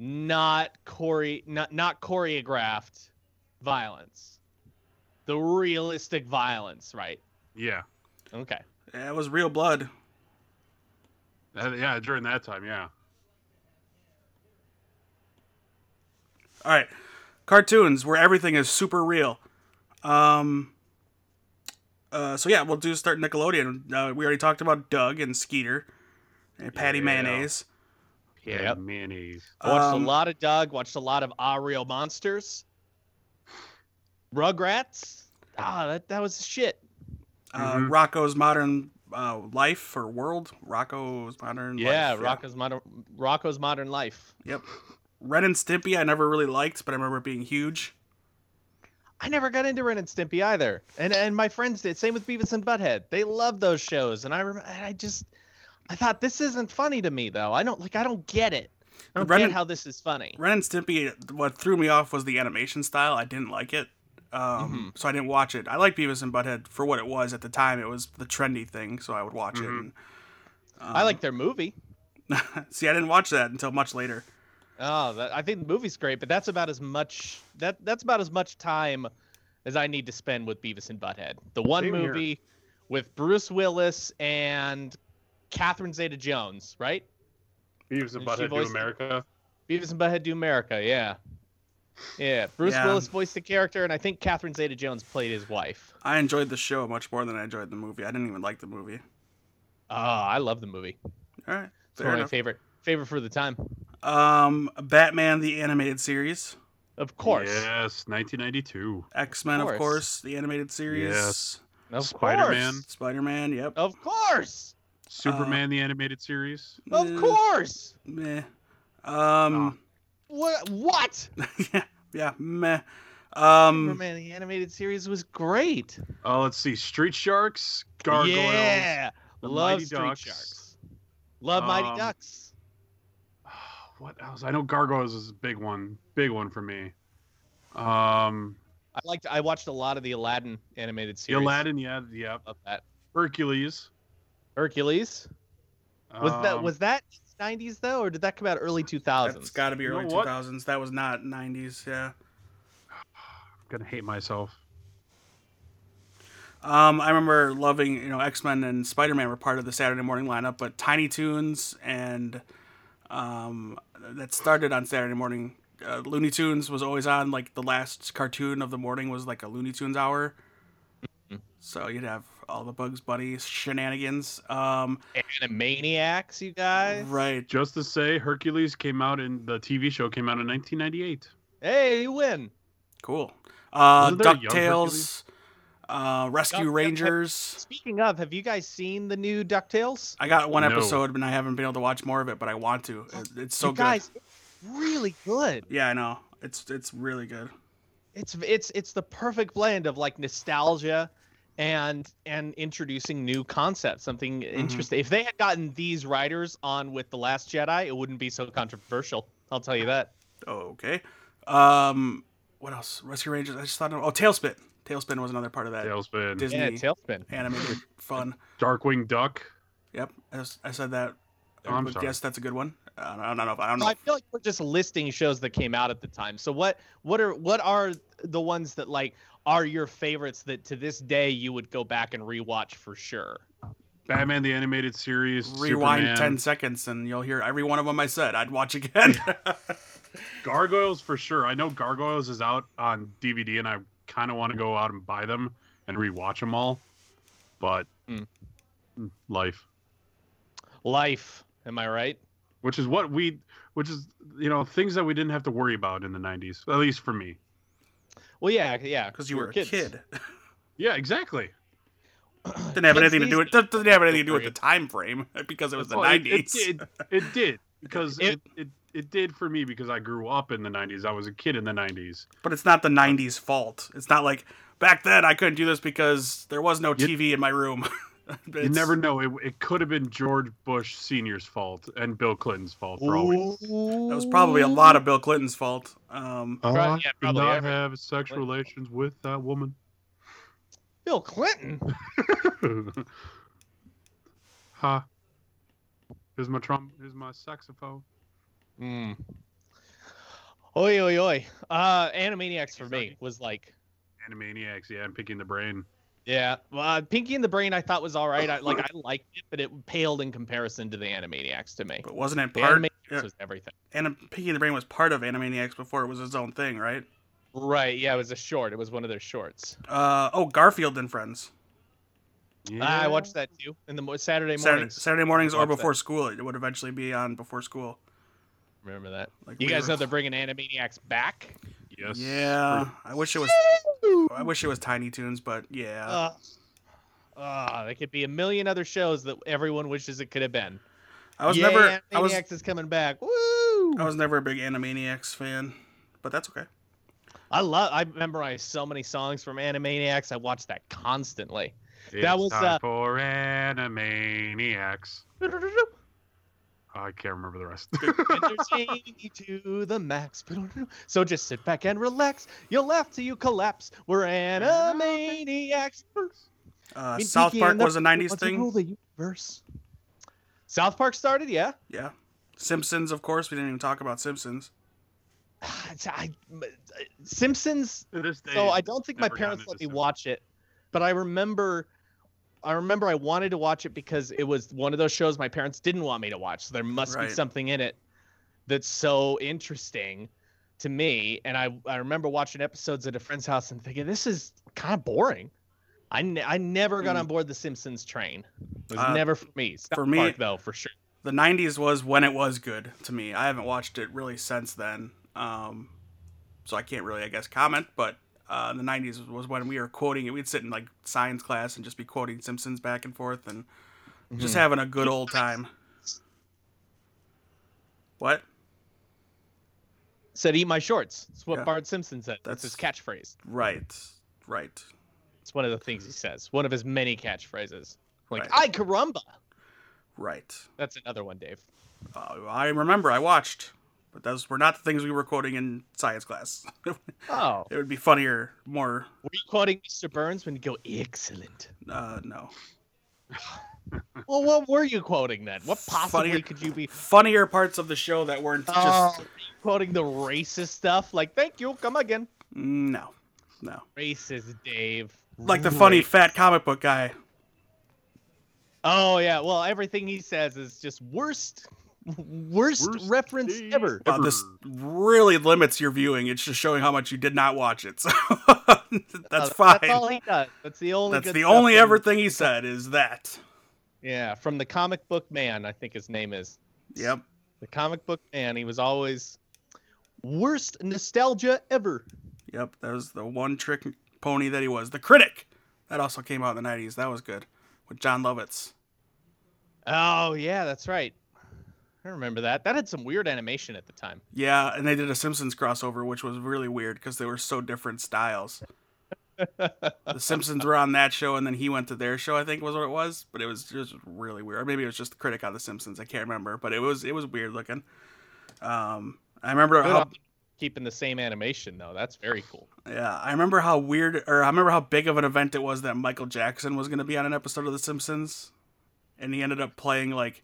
[SPEAKER 2] not chore- not not choreographed violence the realistic violence right
[SPEAKER 3] Yeah.
[SPEAKER 2] okay
[SPEAKER 1] It was Real Blood.
[SPEAKER 3] That- Uh, yeah, during that time, yeah.
[SPEAKER 1] All right, cartoons where everything is super real. Um. Uh, so yeah, we'll do start Nickelodeon. Uh, we already talked about Doug and Skeeter, and Patty
[SPEAKER 3] Yeah.
[SPEAKER 1] Mayonnaise.
[SPEAKER 3] Yeah,
[SPEAKER 2] Yep.
[SPEAKER 3] mayonnaise.
[SPEAKER 2] I watched
[SPEAKER 1] Um,
[SPEAKER 2] a lot of doug watched a lot of ah real monsters rugrats ah that, that was shit
[SPEAKER 1] Uh,
[SPEAKER 2] Mm-hmm.
[SPEAKER 3] Mhm.
[SPEAKER 1] Rocco's Modern uh, Life or World. Rocco's Modern.
[SPEAKER 2] yeah
[SPEAKER 1] Life,
[SPEAKER 2] rocco's modern rocco's modern life
[SPEAKER 1] Yep. Ren and Stimpy, I never really liked, but I remember it being huge.
[SPEAKER 2] I never got into Ren and Stimpy either, and and my friends did. Same with Beavis and Butthead. They loved those shows, and I rem- and I just I thought this isn't funny to me though. I don't like I don't get it. I don't
[SPEAKER 1] Ren
[SPEAKER 2] get
[SPEAKER 1] and-
[SPEAKER 2] how this is funny.
[SPEAKER 1] Ren and Stimpy, what threw me off was the animation style. I didn't like it,
[SPEAKER 2] Mm-hmm.
[SPEAKER 1] um, so I didn't watch it. I liked Beavis and Butthead for what it was at the time. It was the trendy thing, so I would watch it.
[SPEAKER 3] Mhm.
[SPEAKER 1] And,
[SPEAKER 2] Mm-hmm.
[SPEAKER 1] uh,
[SPEAKER 2] I like their movie.
[SPEAKER 1] um, [laughs] see, I didn't watch that until much later.
[SPEAKER 2] Oh, that, I think the movie's great, but that's about as much that that's about as much time as I need to spend with Beavis and Butthead. The one
[SPEAKER 3] Same here.
[SPEAKER 2] movie with Bruce Willis and Catherine Zeta-Jones, right?
[SPEAKER 3] Beavis
[SPEAKER 2] and
[SPEAKER 3] and
[SPEAKER 2] she
[SPEAKER 3] Butthead to
[SPEAKER 2] voiced-
[SPEAKER 3] America.
[SPEAKER 2] Beavis and Butthead Do America, yeah. Yeah, Bruce
[SPEAKER 1] Yeah.
[SPEAKER 2] Willis voiced the character, and I think Catherine Zeta-Jones played his wife.
[SPEAKER 1] I enjoyed the show much more than I enjoyed the movie. I didn't even like the movie.
[SPEAKER 2] Oh, I love the movie.
[SPEAKER 1] All right,
[SPEAKER 2] It's
[SPEAKER 1] fair
[SPEAKER 2] one of my
[SPEAKER 1] enough.
[SPEAKER 2] favorite favorite for the time.
[SPEAKER 1] Um, Batman the animated series,
[SPEAKER 2] Of course.
[SPEAKER 3] Yes, 1992.
[SPEAKER 1] X Men, of
[SPEAKER 2] course.
[SPEAKER 1] course, the animated series,
[SPEAKER 3] Yes.
[SPEAKER 2] Of
[SPEAKER 3] Spider-Man.
[SPEAKER 2] course.
[SPEAKER 1] Spider Man. Yep.
[SPEAKER 2] Of course. Uh,
[SPEAKER 3] Superman the animated series.
[SPEAKER 2] Of
[SPEAKER 1] Eh,
[SPEAKER 2] course.
[SPEAKER 1] Meh. Um.
[SPEAKER 2] What? What?
[SPEAKER 1] yeah. Yeah. Meh. Um.
[SPEAKER 2] Superman the animated series was great.
[SPEAKER 3] Oh, let's see. Street Sharks, Gargoyles.
[SPEAKER 2] Yeah.
[SPEAKER 3] the
[SPEAKER 2] Love
[SPEAKER 3] Mighty
[SPEAKER 2] Street
[SPEAKER 3] Ducks.
[SPEAKER 2] Sharks. Love Mighty
[SPEAKER 3] Um,
[SPEAKER 2] Ducks.
[SPEAKER 3] [sighs] What else? I know Gargoyles is a big one. Big one for me. Um,
[SPEAKER 2] I liked. I watched a lot of the Aladdin animated
[SPEAKER 3] the
[SPEAKER 2] series.
[SPEAKER 3] Aladdin, yeah, yeah.
[SPEAKER 2] Love that.
[SPEAKER 3] Hercules.
[SPEAKER 2] Hercules. Was that
[SPEAKER 3] um,
[SPEAKER 2] was that 90s though, or did that come out early 2000s?
[SPEAKER 1] That's got to be
[SPEAKER 3] You know
[SPEAKER 1] early two
[SPEAKER 3] what?
[SPEAKER 1] thousands. That was not nineties. Yeah.
[SPEAKER 3] I'm gonna hate myself.
[SPEAKER 1] Um, I remember loving, you know, X Men and Spider Man were part of the Saturday morning lineup, but Tiny Toons and um, that started on Saturday morning. Uh, Looney Tunes was always on. Like the last cartoon of the morning was like a Looney Tunes hour.
[SPEAKER 2] Mhm.
[SPEAKER 1] So you'd have all the Bugs Bunny shenanigans. Um,
[SPEAKER 2] Animaniacs, you guys.
[SPEAKER 1] right.
[SPEAKER 3] Just to say, Hercules came out in the TV show came out in 1998.
[SPEAKER 2] Hey, you win.
[SPEAKER 1] Cool. Uh,
[SPEAKER 3] Wasn't there a Young
[SPEAKER 1] DuckTales, uh, Rescue
[SPEAKER 2] Duck-
[SPEAKER 1] Rangers.
[SPEAKER 2] Speaking of, have you guys seen the new DuckTales?
[SPEAKER 1] I got one
[SPEAKER 3] No.
[SPEAKER 1] episode, and I haven't been able to watch more of it, but I want to. It- It's so
[SPEAKER 2] Oh, you
[SPEAKER 1] good.
[SPEAKER 2] guys, it's really good.
[SPEAKER 1] Yeah, I know. It's it's really good.
[SPEAKER 2] It's it's it's the perfect blend of like nostalgia and and introducing new concepts, something
[SPEAKER 1] Mm-hmm.
[SPEAKER 2] interesting. If they had gotten these writers on with The Last Jedi, it wouldn't be so controversial. I'll tell you that.
[SPEAKER 1] Okay. Um, what else? Rescue Rangers. I just thought. Of, oh, Tailspin. Tailspin was another part of that
[SPEAKER 3] Tailspin,
[SPEAKER 1] Disney
[SPEAKER 2] Yeah, Tailspin.
[SPEAKER 3] [laughs]
[SPEAKER 1] animated fun.
[SPEAKER 3] Darkwing Duck.
[SPEAKER 1] Yep, I, s- I said that.
[SPEAKER 3] I'm
[SPEAKER 1] But
[SPEAKER 3] sorry.
[SPEAKER 1] Yes, that's a good one. I don't, I don't know. If, I don't
[SPEAKER 2] So
[SPEAKER 1] know.
[SPEAKER 2] I feel like we're just listing shows that came out at the time. So what what are what are the ones that like are your favorites that to this day you would go back and rewatch for sure?
[SPEAKER 3] Batman the animated series.
[SPEAKER 1] Rewind
[SPEAKER 3] Superman,
[SPEAKER 1] ten seconds, and you'll hear every one of them I said. I'd watch again. [laughs]
[SPEAKER 3] Gargoyles for sure. I know Gargoyles is out on DVD, and I kind of want to go out and buy them and rewatch them all, but
[SPEAKER 2] Mm.
[SPEAKER 3] mm, life,
[SPEAKER 2] Life, am I right?
[SPEAKER 3] which is what we, which is you know things that we didn't have to worry about in the '90s, at least for me.
[SPEAKER 2] Well, yeah, yeah,
[SPEAKER 1] Because you
[SPEAKER 2] we
[SPEAKER 1] were a
[SPEAKER 2] kids. [clears throat]
[SPEAKER 1] kid. [laughs]
[SPEAKER 3] Yeah, exactly.
[SPEAKER 1] Didn't have
[SPEAKER 2] Kids
[SPEAKER 1] anything to
[SPEAKER 2] these
[SPEAKER 1] do with. [laughs] Doesn't have anything to do with the
[SPEAKER 2] Agreed.
[SPEAKER 1] time frame [laughs] because it was the
[SPEAKER 3] Well, it-
[SPEAKER 1] nineties.
[SPEAKER 3] It, it, it [laughs] did because
[SPEAKER 2] It-
[SPEAKER 3] it, it it did for me because I grew up in the '90s. I was a kid in the '90s.
[SPEAKER 1] But it's not the '90s fault. It's not like back then I couldn't do this because there was no
[SPEAKER 3] You-
[SPEAKER 1] TV in my room. [laughs]
[SPEAKER 3] you
[SPEAKER 1] It's-
[SPEAKER 3] never know. It, it could have been George Bush Senior's fault and Bill Clinton's fault for all we
[SPEAKER 1] That was probably a lot of Bill Clinton's fault. Um,
[SPEAKER 3] I
[SPEAKER 2] Right, yeah,
[SPEAKER 3] did
[SPEAKER 2] probably
[SPEAKER 3] not
[SPEAKER 2] every-
[SPEAKER 3] have sexual relations with that woman. [laughs]
[SPEAKER 2] Bill Clinton.
[SPEAKER 3] ha. Here's my trump. Here's my saxophone.
[SPEAKER 2] Mm. Oi, oi, oi. Uh, Animaniacs for me was like,
[SPEAKER 3] Animaniacs. Yeah, I'm picking the brain.
[SPEAKER 2] yeah. Well, uh, Pinky and the Brain I thought was all right. I like, I liked it, but it paled in comparison to the Animaniacs to me.
[SPEAKER 1] but wasn't it
[SPEAKER 2] The
[SPEAKER 1] part?
[SPEAKER 2] Animaniacs
[SPEAKER 1] yeah.
[SPEAKER 2] was everything.
[SPEAKER 1] And Pinky and the Brain was part of Animaniacs before it was its own thing, right?
[SPEAKER 2] Right. Yeah, it was a short. It was one of their shorts.
[SPEAKER 1] Uh, oh, Garfield and Friends.
[SPEAKER 3] Yeah.
[SPEAKER 2] Uh, I watched that too in the mo- Saturday
[SPEAKER 1] Saturday,
[SPEAKER 2] mornings.
[SPEAKER 1] Saturday mornings or
[SPEAKER 2] Watch that.
[SPEAKER 1] before school. It would eventually be on before school.
[SPEAKER 2] Remember that?
[SPEAKER 1] Like
[SPEAKER 2] You
[SPEAKER 1] we
[SPEAKER 2] guys
[SPEAKER 1] were-
[SPEAKER 2] know they're bringing Animaniacs back.
[SPEAKER 3] Yes.
[SPEAKER 1] Yeah, I wish it was. I wish it was Tiny Toons, but yeah.
[SPEAKER 2] Uh, uh, there could be a million other shows that everyone wishes it could have been.
[SPEAKER 1] I was
[SPEAKER 2] Yay,
[SPEAKER 1] never. I was.
[SPEAKER 2] Animaniacs is coming back. Woo!
[SPEAKER 1] I was never a big Animaniacs fan, but that's okay.
[SPEAKER 2] I love. I memorized so many songs from Animaniacs. I watched that constantly.
[SPEAKER 3] It's
[SPEAKER 2] That was,
[SPEAKER 3] time
[SPEAKER 2] uh,
[SPEAKER 3] for Animaniacs. I can't remember the rest. [laughs]
[SPEAKER 2] Entertain me to the max. So just sit back and relax. You'll laugh till you collapse. We're Animaniacs.
[SPEAKER 1] Uh,
[SPEAKER 2] Mean
[SPEAKER 1] South
[SPEAKER 2] Pinky
[SPEAKER 1] Park
[SPEAKER 2] and the
[SPEAKER 1] was a '90s
[SPEAKER 2] Ones Who
[SPEAKER 1] thing.
[SPEAKER 2] Rule the universe. South Park started, yeah. [sighs]
[SPEAKER 1] Yeah. Simpsons, of course. We didn't even talk about Simpsons.
[SPEAKER 2] It's- I- Simpsons
[SPEAKER 3] to this day.
[SPEAKER 2] So I don't think my
[SPEAKER 3] never gotten
[SPEAKER 2] parents
[SPEAKER 3] into
[SPEAKER 2] let me
[SPEAKER 3] Simpsons.
[SPEAKER 2] watch it, but I remember, I remember I wanted to watch it because it was one of those shows my parents didn't want me to watch. So there must
[SPEAKER 1] Right.
[SPEAKER 2] be something in it that's so interesting to me. And I I remember watching episodes at a friend's house and thinking this is kind of boring. I, ne- I never got
[SPEAKER 1] Mm.
[SPEAKER 2] on board the Simpsons train. It was
[SPEAKER 1] Uh,
[SPEAKER 2] never for me. South
[SPEAKER 1] for me-
[SPEAKER 2] Park, though, for sure.
[SPEAKER 1] the 90s was when it was good to me. I haven't watched it really since then. Um, so I can't really, I guess, comment, but uh, the 90s was when we were quoting it. We'd sit in like science class and just be quoting Simpsons back and forth and
[SPEAKER 2] Hmm.
[SPEAKER 1] just having a good old time. What?
[SPEAKER 2] Mm-hmm. Said, "Eat my shorts." That's what
[SPEAKER 1] Yeah.
[SPEAKER 2] Bart Simpson said. That's his
[SPEAKER 1] That's-
[SPEAKER 2] catchphrase.
[SPEAKER 1] Right. Right.
[SPEAKER 2] It's one of the things he says. One of his many catchphrases. Like,
[SPEAKER 1] Right.
[SPEAKER 2] "I caramba."
[SPEAKER 1] Right.
[SPEAKER 2] That's another one, Dave.
[SPEAKER 1] Uh, I remember I watched, but those were not the things we were quoting in science class. [laughs] it
[SPEAKER 2] Oh,
[SPEAKER 1] would be funnier, more.
[SPEAKER 2] were you quoting Mr. Burns when you go excellent?
[SPEAKER 1] Uh, no.
[SPEAKER 2] well, what were you quoting then? What possibly
[SPEAKER 1] Funnier-
[SPEAKER 2] could you be
[SPEAKER 1] Funnier parts of the show that weren't [laughs] just.
[SPEAKER 2] Oh. quoting the racist stuff? Like, "Thank you, come again."
[SPEAKER 1] No. No.
[SPEAKER 2] Racist, Dave.
[SPEAKER 1] Like the funny
[SPEAKER 2] Racist.
[SPEAKER 1] fat comic book guy.
[SPEAKER 2] Oh yeah, well everything he says is just worst, worst,
[SPEAKER 3] Worst
[SPEAKER 2] reference
[SPEAKER 3] day
[SPEAKER 2] ever.
[SPEAKER 1] Wow, uh, this really limits your viewing. It's just showing how much you did not watch it. So [laughs] that's
[SPEAKER 2] Uh,
[SPEAKER 1] fine.
[SPEAKER 2] That's all he does. That's the only.
[SPEAKER 1] That's
[SPEAKER 2] good
[SPEAKER 1] the
[SPEAKER 2] stuff
[SPEAKER 1] only
[SPEAKER 2] in-
[SPEAKER 1] ever thing he said is that.
[SPEAKER 2] Yeah, from the comic book man, I think his name is
[SPEAKER 1] Yep.
[SPEAKER 2] the comic book man. He was always worst nostalgia ever.
[SPEAKER 1] Yep. That was the one trick pony that he was. The critic. That also came out in the 90s. That was good. With John Lovitz.
[SPEAKER 2] Oh yeah, that's right. I remember that. That had some weird animation at the time.
[SPEAKER 1] Yeah, and they did a Simpsons crossover, which was really weird because they were so different
[SPEAKER 2] [laughs]
[SPEAKER 1] styles. the Simpsons were on that show, and then he went to their show. I think was what it was, but it was just really weird. Or maybe it was just the critic on the Simpsons. I can't remember, but it was it was weird looking. Um, I remember
[SPEAKER 2] Good
[SPEAKER 1] how
[SPEAKER 2] on keeping the same animation though. That's very cool.
[SPEAKER 1] yeah, I remember how weird, or I remember how big of an event it was that Michael Jackson was going to be on an episode of The Simpsons, and he ended up playing like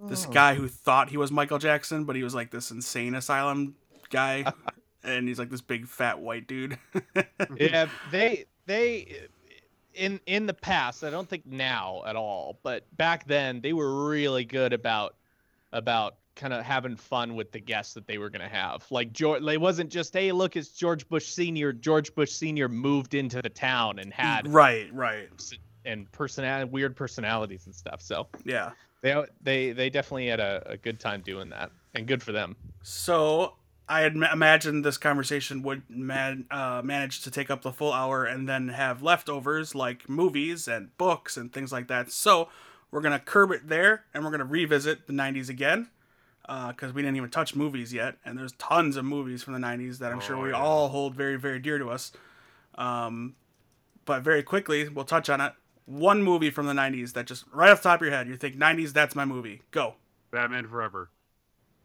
[SPEAKER 2] Hmm.
[SPEAKER 1] this guy who thought he was Michael Jackson, but he was like this insane asylum guy, and he's like this big fat white dude. [laughs]
[SPEAKER 2] yeah, they they in in the past, I don't think now at all, but back then they were really good about about kind of having fun with the guests that they were going to have. Like George it wasn't just hey, look, it's George Bush senior. George Bush senior moved into the town and had
[SPEAKER 1] right, right,
[SPEAKER 2] and personal weird personalities and stuff. So,
[SPEAKER 1] yeah.
[SPEAKER 2] they they they definitely had a, a good time doing that. And good for them.
[SPEAKER 1] So I had ma- imagined this conversation would man, uh, manage to take up the full hour and then have leftovers like movies and books and things like that. So we're gonna curb it there, and we're gonna revisit the '90s again because we didn't even touch movies yet, and there's tons of movies from the '90s that I'm sure
[SPEAKER 3] Oh,
[SPEAKER 1] we
[SPEAKER 3] yeah.
[SPEAKER 1] all hold very, very dear to us. Um, but very quickly, we'll touch on it. One movie from the '90s that just right off the top of your head, you think '90s, that's my movie. Go,
[SPEAKER 3] Batman Forever.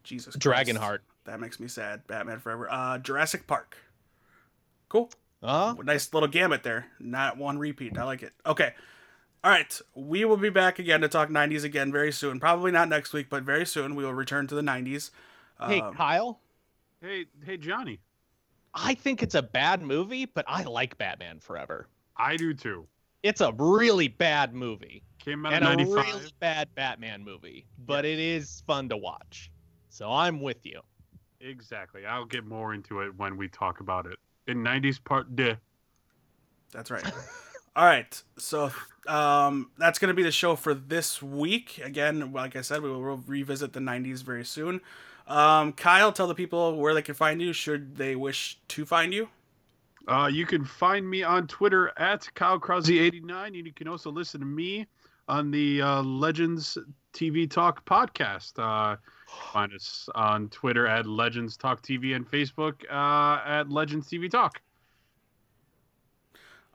[SPEAKER 1] Jesus. Christ.
[SPEAKER 2] Dragonheart.
[SPEAKER 1] That makes me sad. Batman Forever. Uh, Jurassic Park. Cool.
[SPEAKER 2] Huh?
[SPEAKER 1] Nice little gamut there. Not one repeat. I like it. Okay. All right. We will be back again to talk 90s again very soon. Probably not next week, but very soon we will return to the 90s.
[SPEAKER 2] hey,
[SPEAKER 1] Um,
[SPEAKER 2] Kyle,
[SPEAKER 3] Hey, hey, Johnny.
[SPEAKER 2] I think it's a bad movie, but I like Batman Forever.
[SPEAKER 3] I do too.
[SPEAKER 2] it's a really bad movie
[SPEAKER 3] Came out in
[SPEAKER 2] and a
[SPEAKER 3] '95.
[SPEAKER 2] really bad Batman movie, but it is fun to watch. So I'm with you.
[SPEAKER 3] Exactly. I'll get more into it when we talk about it. In '90s part de.
[SPEAKER 1] That's right. All right. So um, that's going to be the show for this week. Again, like I said, we will revisit the 90s very soon. Um, Kyle, tell the people where they can find you should they wish to find you.
[SPEAKER 3] Uh, you can find me on Twitter at Kyle Krause89, and you can also listen to me on the uh, Legends TV Talk podcast. Uh, find us on Twitter at Legends Talk TV and Facebook uh, at Legends TV Talk.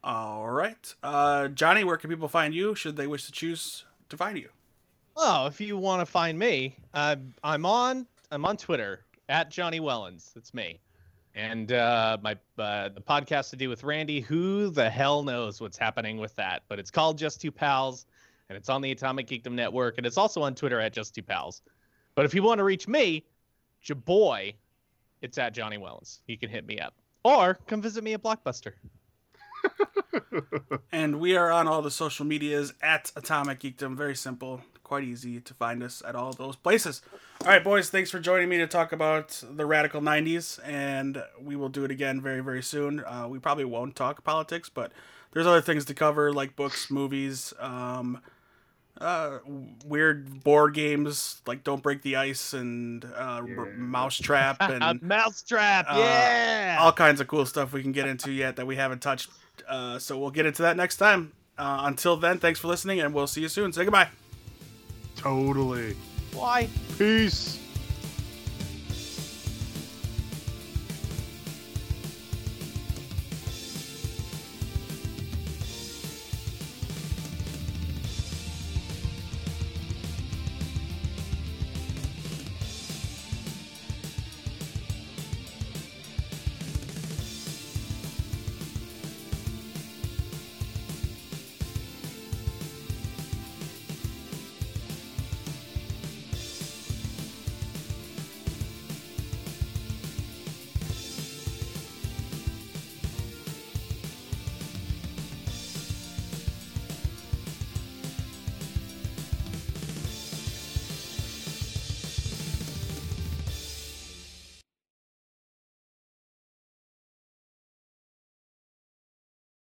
[SPEAKER 1] All right. Uh, Johnny, where can people find you should they wish to choose to find you?
[SPEAKER 2] Oh, if you want to find me, I'm I'm on I'm on Twitter at Johnny Wellens. That's me. And uh, my uh, the podcast to do with Randy. Who the hell knows what's happening with that? But it's called Just Two Pals, and it's on the Atomic Geekdom Network, and it's also on Twitter at Just Two Pals. But if you want to reach me, your boy, it's at Johnny Wellens. You can hit me up or come visit me at Blockbuster. [laughs]
[SPEAKER 1] And we are on all the social medias at Atomic Geekdom. Very simple, quite easy to find us at all those places. All right, boys, thanks for joining me to talk about the radical 90s. And we will do it again very, very soon. Uh, we probably won't talk politics, but there's other things to cover like books, movies, um, uh, w- weird board games like Don't Break the Ice and uh, R-
[SPEAKER 3] Yeah.
[SPEAKER 2] [laughs]
[SPEAKER 1] Mousetrap
[SPEAKER 2] A
[SPEAKER 1] and
[SPEAKER 2] mousetrap,
[SPEAKER 1] uh,
[SPEAKER 2] yeah.
[SPEAKER 1] all kinds of cool stuff we can get into yet that we haven't touched. Uh, so we'll get into that next time. Uh, until then, thanks for listening, and we'll see you soon. Say goodbye.
[SPEAKER 3] Totally.
[SPEAKER 2] Why?
[SPEAKER 3] Peace.